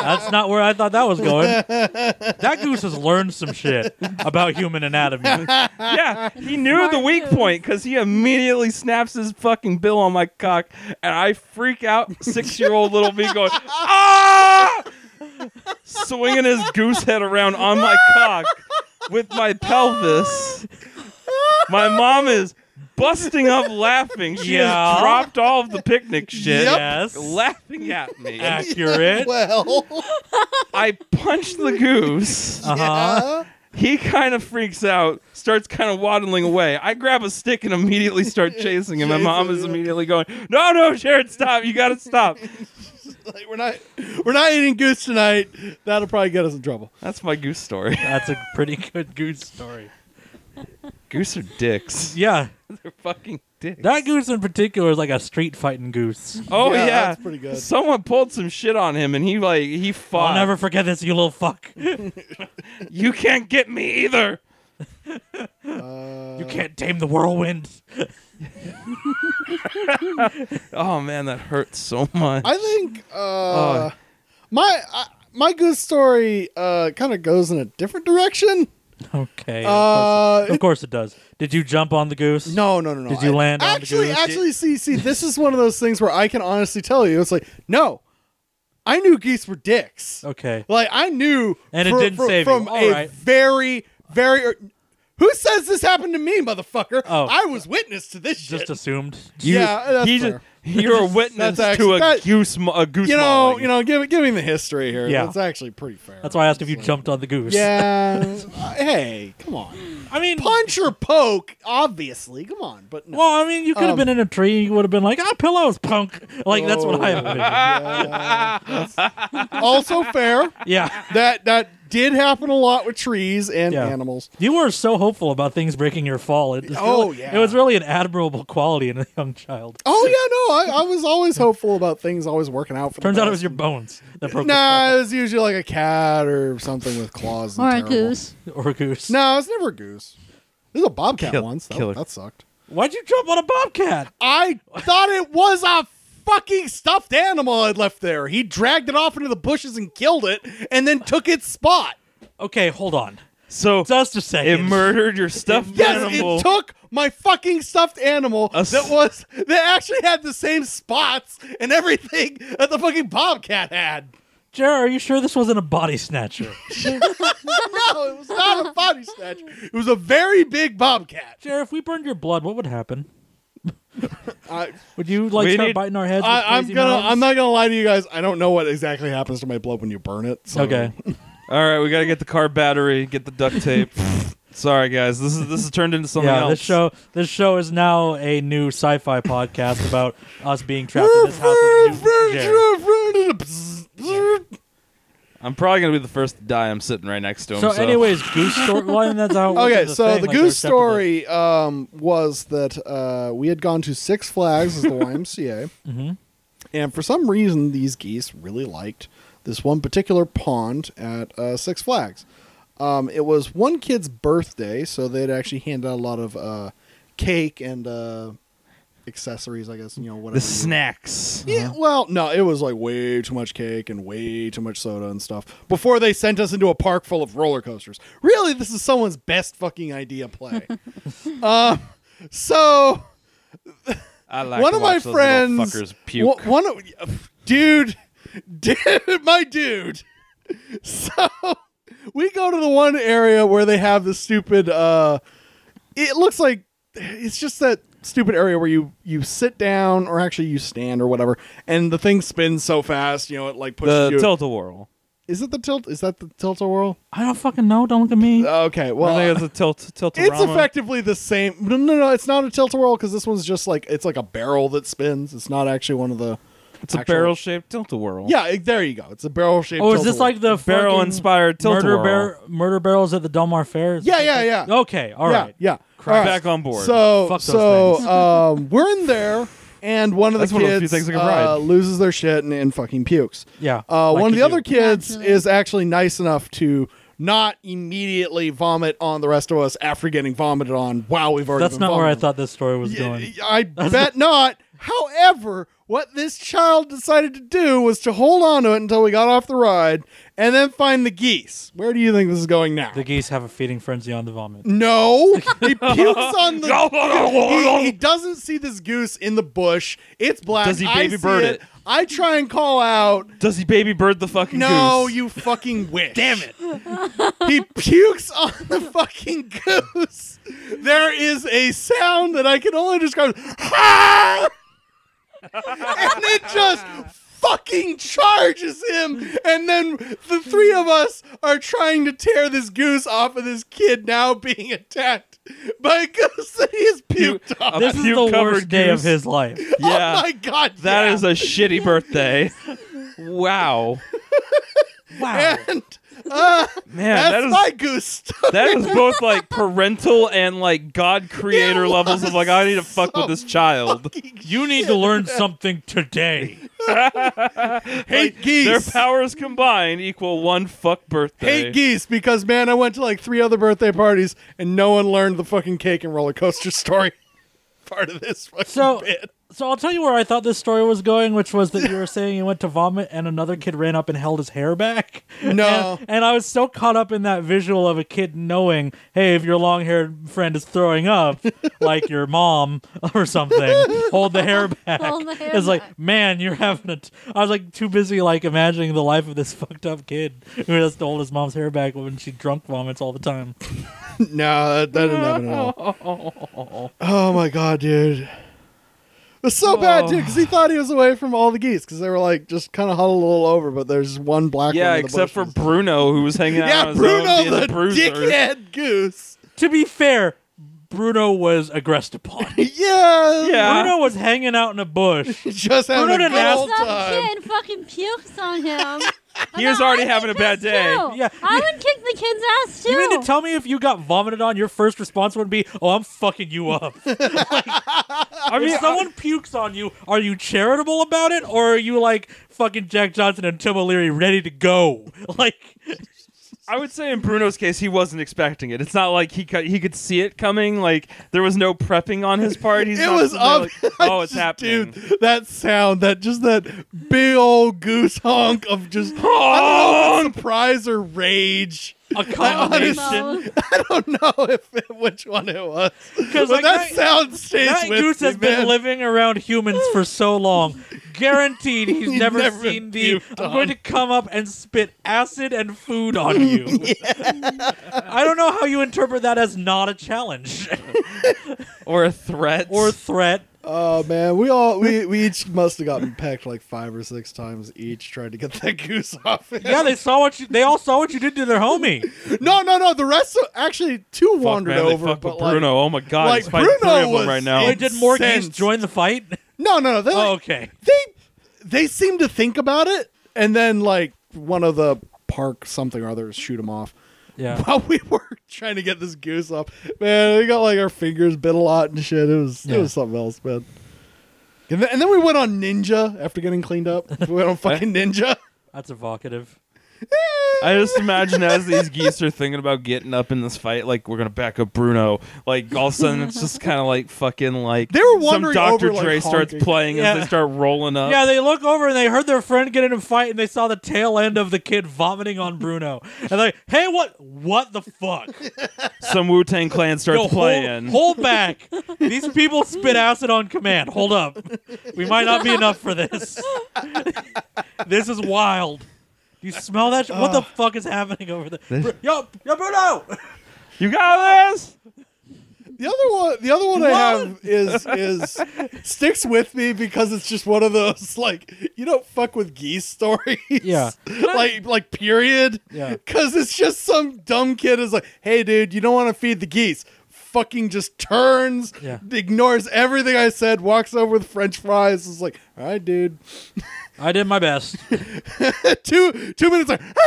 Speaker 2: That's not where I thought that was going. That goose has learned some shit about human anatomy.
Speaker 3: yeah, he knew
Speaker 4: smart
Speaker 3: the weak
Speaker 4: move.
Speaker 3: point because he immediately snaps his fucking bill on my cock, and I freak out. Six year old little me going, ah! Swinging his goose head around on my cock with my pelvis. My mom is busting up laughing. She
Speaker 2: Yeah.
Speaker 3: has dropped all of the picnic shit.
Speaker 1: Yep.
Speaker 2: Yes.
Speaker 3: Laughing at me.
Speaker 2: Accurate.
Speaker 1: Well.
Speaker 3: I punch the goose.
Speaker 1: yeah.
Speaker 2: Uh-huh.
Speaker 3: He kind of freaks out, starts kind of waddling away. I grab a stick and immediately start chasing him. My mom is immediately going, "No, no, Jared, stop! You gotta stop!"
Speaker 1: Like, we're not we're not eating goose tonight. That'll probably get us in trouble.
Speaker 3: That's my goose story.
Speaker 2: That's a pretty good goose story.
Speaker 3: Goose are dicks.
Speaker 2: Yeah,
Speaker 3: They're fucking dicks.
Speaker 2: that goose in particular is like a street fighting goose.
Speaker 3: Oh yeah,
Speaker 1: that's pretty good.
Speaker 3: Someone pulled some shit on him, and he like he fought.
Speaker 2: I'll never forget this, you little fuck.
Speaker 3: You can't get me either.
Speaker 1: Uh,
Speaker 2: You can't tame the whirlwind.
Speaker 3: Oh man, that hurts so much.
Speaker 1: I think uh, my uh, my goose story uh, kind of goes in a different direction.
Speaker 2: Okay.
Speaker 1: Uh,
Speaker 2: of, course it, of course it does. Did you jump on the goose?
Speaker 1: No, no, no, no.
Speaker 2: Did you land on the
Speaker 1: Actually,
Speaker 2: goose?
Speaker 1: actually, see, see, this is one of those things where I can honestly tell you, it's like, no, I knew geese were dicks.
Speaker 2: Okay.
Speaker 1: Like I knew,
Speaker 2: And it
Speaker 1: fro-
Speaker 2: didn't
Speaker 1: fro-
Speaker 2: save you.
Speaker 1: from
Speaker 2: All
Speaker 1: a
Speaker 2: right.
Speaker 1: very, very. er, Who says this happened to me, motherfucker?
Speaker 2: Oh.
Speaker 1: I was witness to this shit.
Speaker 2: Just assumed.
Speaker 1: yeah, that's
Speaker 3: he just,
Speaker 1: fair.
Speaker 3: you're a witness
Speaker 1: That's actually-
Speaker 3: to a
Speaker 1: that-
Speaker 3: goose, mo- a goose.
Speaker 1: you know,
Speaker 3: mauling.
Speaker 1: you know, give giving the history here.
Speaker 2: Yeah.
Speaker 1: that's actually pretty fair.
Speaker 2: That's why I asked if you jumped on the goose.
Speaker 1: Yeah. Uh, hey, come on.
Speaker 2: I mean,
Speaker 1: Punch or poke, obviously. Come on, but no.
Speaker 2: Well, I mean, you could have
Speaker 1: Um,
Speaker 2: been in a tree. You would have been like, ah, pillows, punk. Like, that's what I envisioned.
Speaker 1: Oh, Yeah, that's also fair.
Speaker 2: Yeah.
Speaker 1: That that did happen a lot with trees and
Speaker 2: Yeah.
Speaker 1: animals.
Speaker 2: You were so hopeful about things breaking your fall. It was
Speaker 1: Oh,
Speaker 2: really-
Speaker 1: yeah.
Speaker 2: It was really an admirable quality in a young child.
Speaker 1: Oh yeah, no, I, I was always hopeful about things always working out for.
Speaker 2: Turns
Speaker 1: the
Speaker 2: out it
Speaker 1: best.
Speaker 2: was your bones that broke
Speaker 1: Nah, it was usually like a cat or something with claws. And
Speaker 4: or a
Speaker 1: terrible.
Speaker 4: goose.
Speaker 2: your fall. Or a goose.
Speaker 1: No, it was never a goose. It was a bobcat
Speaker 3: Kill-
Speaker 1: once. That,
Speaker 3: killer.
Speaker 1: that sucked.
Speaker 2: Why'd you jump on a bobcat?
Speaker 1: I thought it was a fucking stuffed animal I'd left there. He dragged it off into the bushes and killed it, and then took its spot.
Speaker 2: Okay, hold on.
Speaker 3: so
Speaker 2: Just a second.
Speaker 3: it murdered your stuffed
Speaker 1: Yes,
Speaker 3: animal.
Speaker 1: it took my fucking stuffed animal
Speaker 3: A s-
Speaker 1: that was that actually had the same spots and everything that the fucking bobcat had.
Speaker 2: Jer, are you sure this wasn't a body snatcher?
Speaker 1: No, it was not a body snatch. It was a very big bobcat.
Speaker 2: Jer, if we burned your blood, what would happen?
Speaker 1: I,
Speaker 2: Would you like
Speaker 3: We
Speaker 2: start
Speaker 3: need-
Speaker 2: biting our heads? with
Speaker 1: I, I'm
Speaker 2: crazy
Speaker 1: gonna.
Speaker 2: knives?
Speaker 1: I'm not gonna lie to you guys. I don't know what exactly happens to my blood when you burn it. So.
Speaker 2: Okay.
Speaker 3: All right, we gotta get the car battery, get the duct tape. Sorry, guys, this is this has turned into something
Speaker 2: yeah,
Speaker 3: else.
Speaker 2: this show this show is now a new sci-fi podcast about us being trapped in this house. with you, Jer.
Speaker 3: I'm probably gonna be the first to die. I'm sitting right next to him.
Speaker 2: So, anyways, goose story. Well, I mean, that's how. it works
Speaker 1: Okay,
Speaker 2: as a
Speaker 1: so
Speaker 2: thing,
Speaker 1: the
Speaker 2: like,
Speaker 1: goose
Speaker 2: they're separate.
Speaker 1: story um, was that uh, we had gone to Six Flags as the YMCA,
Speaker 2: Mm-hmm.
Speaker 1: and for some reason these geese really liked this one particular pond at uh, Six Flags. Um, it was one kid's birthday, so they'd actually hand out a lot of uh, cake and uh, accessories, I guess you know whatever.
Speaker 3: the
Speaker 1: you-
Speaker 3: snacks.
Speaker 1: Yeah, well, no, it was like way too much cake and way too much soda and stuff before they sent us into a park full of roller coasters. Really, this is someone's best fucking idea play. um, so
Speaker 3: I like
Speaker 1: one
Speaker 3: to
Speaker 1: of my
Speaker 3: watch those little
Speaker 1: friends,
Speaker 3: fuckers puke.
Speaker 1: one- one of- dude, dude, my dude. So we go to the one area where they have the stupid. Uh, it looks like it's just that stupid area where you you sit down or actually you stand or whatever, and the thing spins so fast, you know, it like pushes
Speaker 3: the
Speaker 1: you.
Speaker 3: tilt a whirl.
Speaker 1: is it the tilt? Is that the tilt a whirl?
Speaker 2: I don't fucking know. Don't look at me.
Speaker 1: Okay, well,
Speaker 3: I think it's a tilt tilt
Speaker 1: it's effectively the same. No, no, no. It's not a tilt a whirl because this one's just like it's like a barrel that spins. It's not actually one of the.
Speaker 3: It's a
Speaker 1: actual-
Speaker 3: barrel shaped tilt a whirl.
Speaker 1: Yeah, it- there you go. It's a barrel shaped.
Speaker 2: oh, is this like the
Speaker 3: barrel
Speaker 2: fucking
Speaker 3: inspired tilt a
Speaker 2: murder,
Speaker 3: whirl.
Speaker 2: bar- murder barrels at the Delmar Fair?
Speaker 1: Yeah, yeah, yeah.
Speaker 2: Okay, Oh, all
Speaker 1: yeah,
Speaker 2: right.
Speaker 1: yeah.
Speaker 2: Crap.
Speaker 1: All
Speaker 3: Back on board.
Speaker 1: So,
Speaker 2: Fuck those
Speaker 1: so
Speaker 2: things.
Speaker 1: um, we're in there, and one of
Speaker 3: That's
Speaker 1: the
Speaker 3: one of
Speaker 1: kids
Speaker 3: those few things I can
Speaker 1: uh,
Speaker 3: ride.
Speaker 1: loses their shit and, and fucking pukes.
Speaker 2: Yeah,
Speaker 1: Uh,
Speaker 2: like
Speaker 1: one of
Speaker 2: you
Speaker 1: the other
Speaker 2: do.
Speaker 1: kids
Speaker 4: Naturally.
Speaker 1: is actually nice enough to not immediately vomit on the rest of us after getting vomited on while we've already.
Speaker 2: That's
Speaker 1: been
Speaker 2: not where I
Speaker 1: vomited.
Speaker 2: thought this story was going.
Speaker 1: Y- I bet not. However, what this child decided to do was to hold on to it until we got off the ride and then find the geese. Where do you think this is going now?
Speaker 2: The geese have a feeding frenzy on the vomit.
Speaker 1: no, he pukes on the. He, he doesn't see this goose in the bush. It's black.
Speaker 3: Does he
Speaker 1: I
Speaker 3: baby
Speaker 1: see
Speaker 3: bird it?
Speaker 1: I try and call out.
Speaker 3: Does he baby bird the fucking
Speaker 1: No,
Speaker 3: goose?
Speaker 1: you fucking wish. Damn it. he pukes on the fucking goose. There is a sound that I can only describe. as, "Ah!" and it just fucking charges him, and then the three of us are trying to tear this goose off of this kid now being attacked by a goose that he has puked on.
Speaker 2: This is the
Speaker 3: puke-covered
Speaker 2: worst day of
Speaker 3: goose.
Speaker 2: his life.
Speaker 3: Yeah.
Speaker 1: Oh my god,
Speaker 3: That
Speaker 1: yeah.
Speaker 3: is a shitty birthday. Wow.
Speaker 2: Wow.
Speaker 1: and uh,
Speaker 3: Man,
Speaker 1: that's
Speaker 3: that is
Speaker 1: my goose. story.
Speaker 3: that is both like parental and like God creator
Speaker 1: It
Speaker 3: levels of like I need to fuck with this child.
Speaker 2: You need to learn something today.
Speaker 1: hate
Speaker 3: Their
Speaker 1: geese.
Speaker 3: powers combined equal one fuck birthday.
Speaker 1: Hate geese because man, I went to like three other birthday parties and no one learned the fucking cake and roller coaster story part of this fucking
Speaker 2: So,
Speaker 1: bit.
Speaker 2: so I'll tell you where I thought this story was going, which was that you were saying you went to vomit and another kid ran up and held his hair back.
Speaker 1: No.
Speaker 2: And, and I was so caught up in that visual of a kid knowing, hey, if your long haired friend is throwing up, like your mom or something, hold the hair back.
Speaker 4: Hold the hair
Speaker 2: it's like,
Speaker 4: back.
Speaker 2: man, you're having a. T-. I was like too busy like imagining the life of this fucked up kid who has to hold his mom's hair back when she drunk vomits all the time.
Speaker 1: No, that, that didn't happen at all. Oh my god, dude. It was so bad, dude,
Speaker 3: Oh.
Speaker 1: because he thought he was away from all the geese because they were like just kind of huddled all over, but there's one black
Speaker 3: Yeah,
Speaker 1: one. in the
Speaker 3: except for
Speaker 1: bushes.
Speaker 3: Bruno, who was hanging out. on
Speaker 1: yeah,
Speaker 3: his own,
Speaker 1: Bruno
Speaker 3: being
Speaker 1: the
Speaker 3: bruiser.
Speaker 1: dickhead goose.
Speaker 2: To be fair, Bruno was aggressed upon.
Speaker 1: Yeah,
Speaker 3: Yeah.
Speaker 2: Bruno was hanging out in a bush.
Speaker 1: just having
Speaker 2: Bruno
Speaker 1: a
Speaker 2: didn't
Speaker 1: good
Speaker 2: ask-
Speaker 1: old
Speaker 4: Some
Speaker 1: time.
Speaker 4: kid fucking pukes on him.
Speaker 3: He was
Speaker 4: No,
Speaker 3: already
Speaker 4: I'd
Speaker 3: having a
Speaker 4: kick
Speaker 3: bad
Speaker 4: his
Speaker 3: day.
Speaker 4: too.
Speaker 2: Yeah.
Speaker 4: I would kick the kid's ass too.
Speaker 2: You mean to tell me if you got vomited on, your first response would be, "Oh, I'm fucking you up."
Speaker 3: I mean,
Speaker 1: uh,
Speaker 2: if someone pukes on you, are you charitable about it, or are you like fucking Jack Johnson and Tim O'Leary, ready to go? Like,
Speaker 3: I would say in Bruno's case, he wasn't expecting it. It's not like he could, he could see it coming. Like there was no prepping on his part. He's
Speaker 1: It
Speaker 3: not
Speaker 1: was
Speaker 3: sitting there
Speaker 1: obvious.
Speaker 3: Like, oh, it's
Speaker 1: Just,
Speaker 3: happening.
Speaker 1: Dude, that sound, that just that big old goose honk of just I don't know if it's surprise or rage.
Speaker 2: a
Speaker 4: No.
Speaker 2: combination.
Speaker 1: I don't know if which one it was.
Speaker 2: 'Cause,
Speaker 1: But
Speaker 2: like,
Speaker 1: that,
Speaker 2: that-
Speaker 1: sound stays
Speaker 2: That
Speaker 1: with
Speaker 2: goose
Speaker 1: me,
Speaker 2: has been
Speaker 1: man.
Speaker 2: living around humans for so long. Guaranteed, he's,
Speaker 1: He's
Speaker 2: never,
Speaker 1: never
Speaker 2: seen the.
Speaker 1: puked
Speaker 2: I'm
Speaker 1: on.
Speaker 2: going to come up and spit acid and food on you. I don't know how you interpret that as not a challenge
Speaker 3: or a threat.
Speaker 2: or threat.
Speaker 1: Oh man, we all we, we each must have gotten pecked like five or six times each trying to get that goose off. him.
Speaker 2: Yeah, they saw what you. They all saw what you did to their homie.
Speaker 1: no, no, no. The rest of actually two
Speaker 3: Fuck,
Speaker 1: wandered
Speaker 3: man, they
Speaker 1: over,
Speaker 3: fuck
Speaker 1: but
Speaker 3: with
Speaker 1: like,
Speaker 3: Bruno. Oh my god,
Speaker 1: like,
Speaker 3: he's fighting
Speaker 1: Bruno
Speaker 3: three of
Speaker 1: was
Speaker 3: them right now.
Speaker 2: Wait, did more geese
Speaker 1: Incensed.
Speaker 2: join the fight?
Speaker 1: no, no, no. They,
Speaker 2: Oh, okay.
Speaker 1: they they seem to think about it, and then like one of the park something or others shoot him off.
Speaker 2: Yeah.
Speaker 1: While we were trying to get this goose up, man, we got like our fingers bit a lot and shit. It was
Speaker 2: Yeah.
Speaker 1: it was something else, man. And then, and then we went on ninja after getting cleaned up. We went on fucking ninja.
Speaker 2: That's evocative.
Speaker 3: I just imagine as these geese are thinking about getting up in this fight, like we're gonna back up Bruno. Like all of a sudden, it's just kind of like fucking like
Speaker 1: They were
Speaker 3: some
Speaker 1: wandering
Speaker 3: Dr.
Speaker 1: over, like,
Speaker 3: Dre starts
Speaker 1: honking.
Speaker 3: playing
Speaker 2: Yeah.
Speaker 3: as they start rolling up.
Speaker 2: Yeah, they look over and they heard their friend get in a fight and they saw the tail end of the kid vomiting on Bruno. And they're like, hey, what what the fuck?
Speaker 3: some Wu Tang Clan starts
Speaker 2: Yo,
Speaker 3: playing.
Speaker 2: Hold, hold back. These people spit acid on command. Hold up. We might not be enough for this. this is wild. Do you smell that? sh- What the fuck is happening over there? Bru- Yo, yo, Bruno!
Speaker 3: you got this.
Speaker 1: The other one, the other one I have is is sticks with me because it's just one of those like you don't fuck with geese stories.
Speaker 2: Yeah.
Speaker 1: like like period.
Speaker 2: Yeah.
Speaker 1: because it's just some dumb kid is like, hey dude, you don't want to feed the geese. Fucking just turns,
Speaker 2: Yeah.
Speaker 1: ignores everything I said, walks over with French fries. Is like, all right, dude.
Speaker 2: I did my best.
Speaker 1: two two minutes like,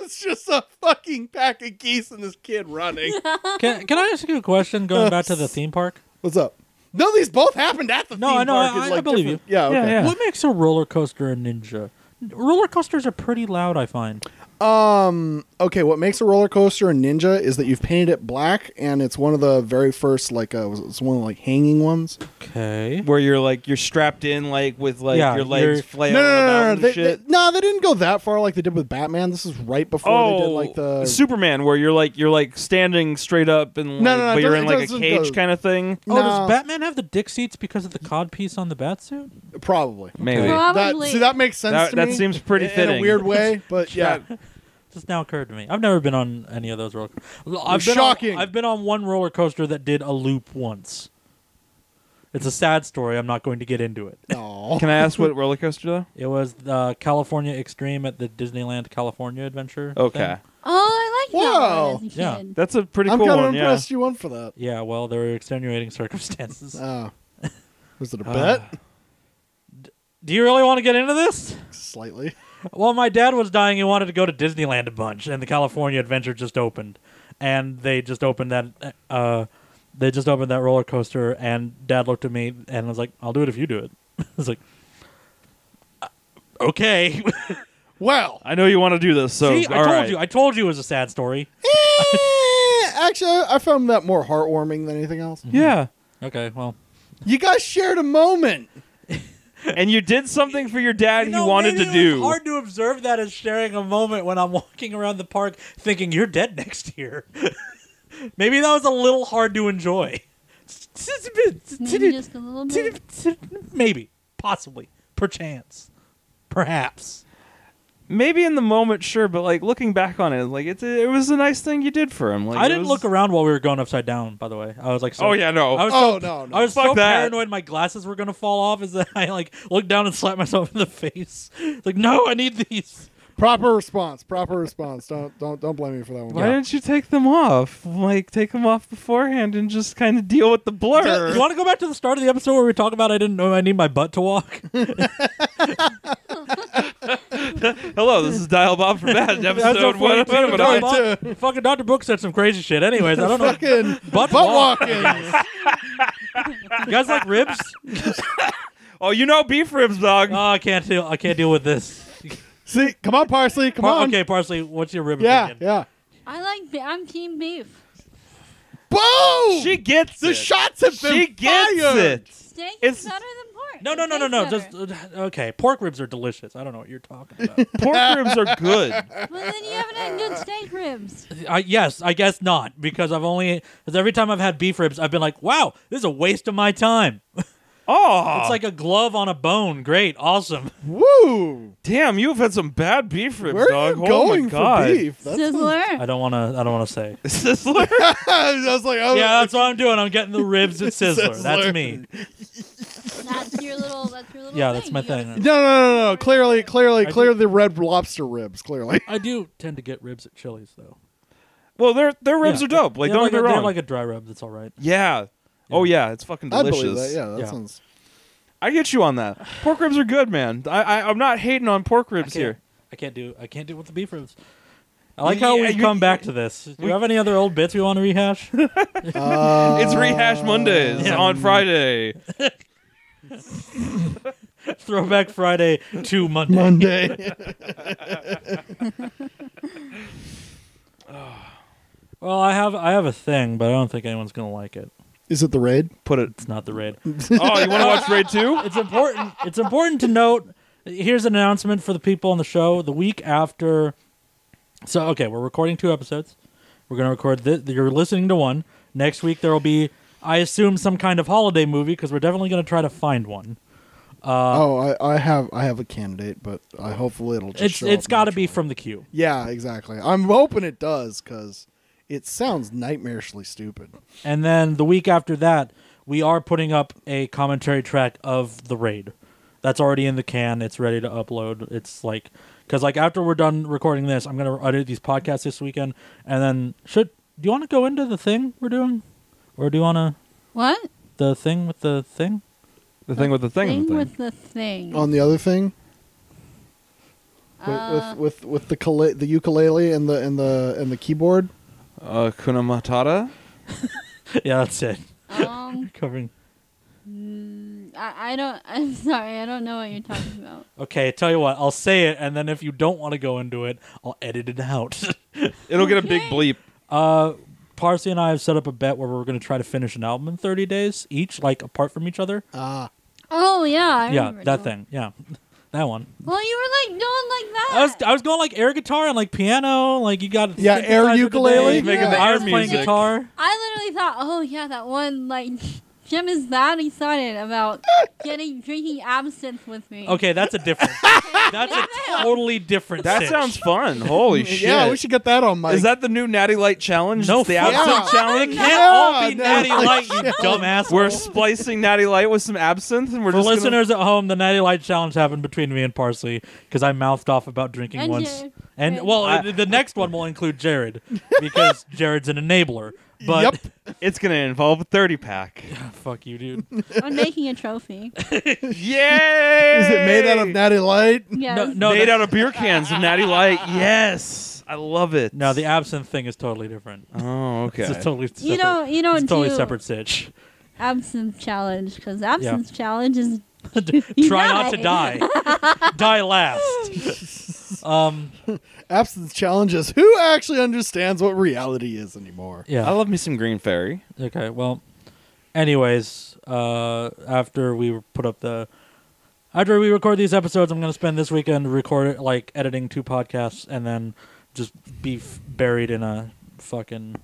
Speaker 1: it's just a fucking pack of geese and this kid running.
Speaker 2: Can, can I ask you a question going back to the theme park?
Speaker 1: What's up? No, these both happened at the
Speaker 2: No,
Speaker 1: theme
Speaker 2: I know,
Speaker 1: park.
Speaker 2: I-
Speaker 1: in,
Speaker 2: I
Speaker 1: like,
Speaker 2: believe
Speaker 1: different- Yeah, Oh, okay.
Speaker 3: Yeah, yeah.
Speaker 2: What makes a roller coaster a ninja? Roller coasters are pretty loud, I find.
Speaker 1: Um. Okay. What makes a roller coaster a ninja is that you've painted it black, and it's one of the very first like uh, was- it's one of the, like hanging ones.
Speaker 2: Okay.
Speaker 3: Where you're like you're strapped in like with like
Speaker 2: Yeah,
Speaker 3: your legs
Speaker 2: you're-
Speaker 1: No,
Speaker 3: flailing
Speaker 1: no, no,
Speaker 3: about
Speaker 1: no, no.
Speaker 3: and
Speaker 1: They,
Speaker 3: shit.
Speaker 1: they- no, they didn't go that far like they did with Batman. This is right before
Speaker 3: oh,
Speaker 1: they did like the.
Speaker 3: Superman, where you're like you're like standing straight up and like,
Speaker 1: No, no, no, it
Speaker 3: but you're in
Speaker 1: doesn't- it
Speaker 3: like a
Speaker 1: doesn't
Speaker 3: cage
Speaker 1: go-
Speaker 3: kind of thing.
Speaker 2: Oh,
Speaker 1: No.
Speaker 2: does Batman have the dick seats because of the cod piece on the bat suit?
Speaker 1: probably.
Speaker 3: Maybe
Speaker 1: That,
Speaker 4: Probably.
Speaker 1: see, that makes sense.
Speaker 3: that,
Speaker 1: to
Speaker 3: that
Speaker 1: me
Speaker 3: seems pretty
Speaker 1: in,
Speaker 3: fitting.
Speaker 1: in a weird way, but yeah.
Speaker 2: Just now occurred to me. I've never been on any of those roller. I've been
Speaker 1: shocking.
Speaker 2: On, I've been on one roller coaster that did a loop once. It's a sad story. I'm not going to get into it.
Speaker 1: Aw.
Speaker 3: Can I ask what roller coaster though?
Speaker 2: It was uh, California Extreme at the Disneyland California Adventure.
Speaker 3: Okay,
Speaker 2: thing.
Speaker 4: Oh, I like that
Speaker 1: Wow.
Speaker 4: one as a
Speaker 2: Yeah.
Speaker 4: kid.
Speaker 3: that's a pretty
Speaker 1: I'm
Speaker 3: cool
Speaker 1: kind of
Speaker 3: one.
Speaker 1: impressed you won for that.
Speaker 2: Yeah, well, there were extenuating circumstances.
Speaker 1: Oh. Was it a
Speaker 3: Uh.
Speaker 1: bet?
Speaker 2: Do you really want to get into this?
Speaker 1: Slightly.
Speaker 2: Well, my dad was dying. He wanted to go to Disneyland a bunch, and the California Adventure just opened, and they just opened that. Uh, they just opened that roller coaster, and Dad looked at me and was like, "I'll do it if you do it." I was like, "Uh, "Okay."
Speaker 1: Well,
Speaker 3: I know you want to do this, so
Speaker 2: See, I
Speaker 3: all
Speaker 2: told
Speaker 3: right.
Speaker 2: you. I told you it was a sad story.
Speaker 1: eh, actually, I I found that more heartwarming than anything else.
Speaker 3: yeah,
Speaker 2: Okay, well,
Speaker 1: You guys shared a moment.
Speaker 3: and you did something for your dad he wanted to do.
Speaker 2: hard to observe that as sharing a moment when I'm walking around the park thinking you're dead next year. maybe that was a little hard to enjoy.
Speaker 4: Maybe just a little bit.
Speaker 2: Maybe, possibly, perchance, perhaps.
Speaker 3: Maybe in the moment, sure, but like looking back on it, like it's it was a nice thing you did for him. Like
Speaker 2: I
Speaker 3: it
Speaker 2: didn't
Speaker 3: was-
Speaker 2: look around while we were going upside down. By the way, I was like, so,
Speaker 3: Oh yeah, no.
Speaker 2: I was
Speaker 1: Oh,
Speaker 2: so,
Speaker 1: no, no.
Speaker 2: I was
Speaker 3: Fuck
Speaker 2: so
Speaker 3: that.
Speaker 2: paranoid my glasses were gonna fall off. Is that I like looked down and slapped myself in the face? Like, no, I need these.
Speaker 1: Proper response. Proper response. Don't don't don't blame me for that one.
Speaker 3: Why didn't you take them off? Like take them off beforehand and just kind of deal with the blur.
Speaker 2: You want to go back to the start of the episode where we talk about I didn't know I need my butt to walk?
Speaker 3: Hello, this is Dial Bob for Bad
Speaker 2: Episode
Speaker 3: episode one. one-
Speaker 2: 42,
Speaker 3: one-
Speaker 2: Dr.
Speaker 3: one-
Speaker 1: Bob.
Speaker 2: Book- Fucking Dr. Book said some crazy shit. Anyways, I don't know.
Speaker 1: Fucking
Speaker 2: Butt
Speaker 1: butt,
Speaker 2: walk.
Speaker 1: walking.
Speaker 2: You guys like ribs?
Speaker 3: Oh, you know beef ribs, dog.
Speaker 2: Oh, I can't deal. I can't deal with this.
Speaker 1: See, come on, Parsley. Come
Speaker 2: Par-
Speaker 1: on.
Speaker 2: Okay, Parsley, what's your rib
Speaker 1: Yeah,
Speaker 2: opinion?
Speaker 1: yeah.
Speaker 4: I like. Be- I'm team beef.
Speaker 1: Boom!
Speaker 3: she gets
Speaker 1: the
Speaker 3: it.
Speaker 1: shots have been
Speaker 3: She gets
Speaker 1: fired.
Speaker 3: it.
Speaker 4: Steak
Speaker 3: It's-
Speaker 4: is better than pork.
Speaker 2: No, no,
Speaker 4: It
Speaker 2: no, no,
Speaker 4: tastes
Speaker 2: no.
Speaker 4: better.
Speaker 2: Just uh, okay. Pork ribs are delicious. I don't know what you're talking about.
Speaker 3: Pork ribs are good.
Speaker 4: Well, then you haven't had good steak ribs.
Speaker 2: I, yes, I guess not because I've only because every time I've had beef ribs, I've been like, wow, this is a waste of my time.
Speaker 3: Oh,
Speaker 2: It's like a glove on a bone. Great, awesome.
Speaker 1: Woo!
Speaker 3: damn, you've had some bad beef ribs,
Speaker 1: Where are
Speaker 3: dog.
Speaker 1: you going
Speaker 3: oh my
Speaker 1: for
Speaker 3: God.
Speaker 1: beef? That's
Speaker 2: I
Speaker 4: Sizzler.
Speaker 2: don't want to. I don't want to say.
Speaker 3: Sizzler.
Speaker 1: I was like, oh,
Speaker 2: Yeah, that's what I'm doing. I'm getting the ribs at Sizzler. That's
Speaker 1: Sizzler.
Speaker 2: me.
Speaker 4: That's your little. That's your little.
Speaker 2: Yeah, that's my
Speaker 4: You gotta-
Speaker 2: thing.
Speaker 1: No, no, no, no! Clearly, clearly,
Speaker 2: I
Speaker 1: clear the red lobster ribs. Clearly,
Speaker 2: I do tend to get ribs at Chili's though.
Speaker 3: well, their their ribs
Speaker 2: Yeah,
Speaker 3: are dope. Like
Speaker 2: they have
Speaker 3: don't
Speaker 2: like
Speaker 3: get
Speaker 2: a,
Speaker 3: me
Speaker 2: they have
Speaker 3: wrong.
Speaker 2: like a dry rub that's all right.
Speaker 3: yeah. Oh yeah, it's fucking
Speaker 1: I
Speaker 3: delicious.
Speaker 1: believe that. Yeah, that
Speaker 2: Yeah.
Speaker 1: sounds.
Speaker 3: I get you on that. Pork ribs are good, man. I, I I'm not hating on pork
Speaker 2: I
Speaker 3: ribs
Speaker 2: can't-
Speaker 3: here.
Speaker 2: I can't do. I can't do it with the beef ribs. I like how
Speaker 3: Yeah,
Speaker 2: we've
Speaker 3: you-
Speaker 2: come back to this. Do you have any other old bits we want to rehash?
Speaker 1: Uh,
Speaker 3: It's rehash Mondays
Speaker 2: Yeah.
Speaker 3: on Friday.
Speaker 2: Throwback Friday to Monday.
Speaker 1: Monday.
Speaker 2: Well, I have I have a thing, but I don't think anyone's gonna like it.
Speaker 1: Is it the raid?
Speaker 3: Put it.
Speaker 2: It's not the raid. Uh,
Speaker 3: Oh, you want to watch Raid Two?
Speaker 2: It's important. It's important to note. Here's an announcement for the people on the show. The week after, so okay, we're recording two episodes. We're gonna record. This, you're listening to one. Next week there will be, I assume, some kind of holiday movie because we're definitely gonna try to find one. Uh,
Speaker 1: oh, I, I have I have a candidate, but I hopefully it'll just.
Speaker 2: It's
Speaker 1: show
Speaker 2: it's
Speaker 1: up
Speaker 2: got to be
Speaker 1: naturally.
Speaker 2: from the queue.
Speaker 1: Yeah, exactly. I'm hoping it does because it sounds nightmarishly stupid.
Speaker 2: And then the week after that, we are putting up a commentary track of the raid. That's already in the can. It's ready to upload. It's like because like after we're done recording this, I'm gonna edit these podcasts this weekend, and then should do you want to go into the thing we're doing, or do you want to
Speaker 4: What?
Speaker 2: the thing with the thing?
Speaker 3: The thing with the thing.
Speaker 4: Thing
Speaker 3: with the thing.
Speaker 4: with the thing.
Speaker 1: On the other thing,
Speaker 4: Uh,
Speaker 1: with, with with with the cala- the ukulele and the and the and the keyboard.
Speaker 3: Uh, Kuna Matata.
Speaker 2: yeah, that's it.
Speaker 4: um,
Speaker 2: Covering.
Speaker 4: mm, I, I don't. I'm sorry. I don't know what you're talking about.
Speaker 2: Okay, tell you what, I'll say it, and then if you don't want to go into it, I'll edit it out.
Speaker 3: It'll get a big
Speaker 4: Okay.
Speaker 3: bleep.
Speaker 2: Uh, Parsi and I have set up a bet where we're going to try to finish an album in 30 days each, like apart from each other.
Speaker 1: Ah,
Speaker 4: Oh yeah. I
Speaker 2: yeah,
Speaker 4: remember
Speaker 2: that
Speaker 4: now.
Speaker 2: thing. Yeah, that one.
Speaker 4: Well, you were like going like that.
Speaker 2: I was I was going like air guitar and like piano, like you got
Speaker 1: Yeah, air
Speaker 2: synthesizer
Speaker 1: ukulele.
Speaker 2: today.
Speaker 4: Making the
Speaker 2: I
Speaker 4: air
Speaker 2: was playing
Speaker 3: music.
Speaker 2: guitar.
Speaker 4: I literally thought, oh yeah, that one like Jim is that excited about getting drinking absinthe with me.
Speaker 2: Okay, that's a different. that's a totally different.
Speaker 3: That
Speaker 2: sitch.
Speaker 3: sounds fun. Holy shit!
Speaker 1: yeah, we should get that on Mike.
Speaker 3: Is that the new Natty Light challenge?
Speaker 2: No
Speaker 3: It's the
Speaker 2: fucking-
Speaker 1: Yeah.
Speaker 2: It
Speaker 3: absinthe challenge.
Speaker 2: can't
Speaker 1: Yeah,
Speaker 2: all be
Speaker 1: no,
Speaker 2: natty
Speaker 1: like,
Speaker 2: light, you dumbass.
Speaker 3: We're splicing Natty Light with some absinthe, and we're
Speaker 2: For
Speaker 3: just gonna-
Speaker 2: listeners at home, the Natty Light challenge happened between me and Parsley because I mouthed off about drinking
Speaker 4: And
Speaker 2: once.
Speaker 4: Jared.
Speaker 2: And well,
Speaker 3: I-
Speaker 2: the- the next one will include Jared because Jared's an enabler. But
Speaker 1: Yep.
Speaker 3: It's gonna involve a thirty pack.
Speaker 2: fuck you, dude.
Speaker 4: I'm making a trophy.
Speaker 3: Yay!
Speaker 1: Is it made out of Natty Light?
Speaker 4: Yes.
Speaker 2: No, no,
Speaker 3: made
Speaker 2: that-
Speaker 3: out of beer cans of Natty Light. Yes, I love it.
Speaker 2: no, the absinthe thing is totally different.
Speaker 3: oh okay.
Speaker 2: It's a totally separate.
Speaker 4: You don't. You don't
Speaker 2: it's a totally
Speaker 4: do
Speaker 2: separate sitch.
Speaker 4: absinthe challenge because absinthe challenge is You
Speaker 2: Try not to
Speaker 4: die.
Speaker 2: die. die last. um.
Speaker 1: Absence challenges. Who actually understands what reality is anymore?
Speaker 2: Yeah.
Speaker 3: I love me some Green Fairy.
Speaker 2: Okay. Well, anyways, uh, after we put up the, after we record these episodes, I'm gonna spend this weekend record like editing two podcasts and then just be f- buried in a fucking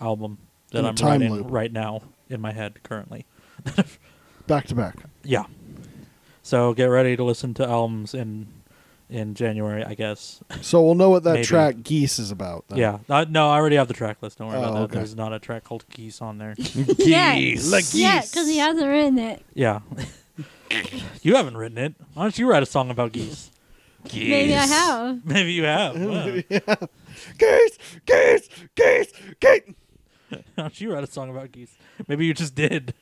Speaker 2: album that
Speaker 1: In a
Speaker 2: I'm
Speaker 1: time
Speaker 2: writing
Speaker 1: loop.
Speaker 2: right now in my head currently.
Speaker 1: Back to back.
Speaker 2: Yeah. So get ready to listen to albums in in January, I guess.
Speaker 1: So we'll know what that
Speaker 2: Maybe.
Speaker 1: track Geese is about. Then.
Speaker 2: Yeah. Uh, no, I already have the track list. Don't worry
Speaker 1: Oh,
Speaker 2: about that.
Speaker 1: okay.
Speaker 2: There's not a track called Geese on there.
Speaker 4: Yeah.
Speaker 3: Geese.
Speaker 1: Like
Speaker 4: Yeah,
Speaker 1: geese.
Speaker 4: because he hasn't written it.
Speaker 2: Yeah. you haven't written it. Why don't you write a song about geese?
Speaker 4: Maybe I have.
Speaker 2: Maybe you have. Wow. Why
Speaker 1: Geese, geese, geese, geese.
Speaker 2: don't you write a song about geese? Maybe you just did.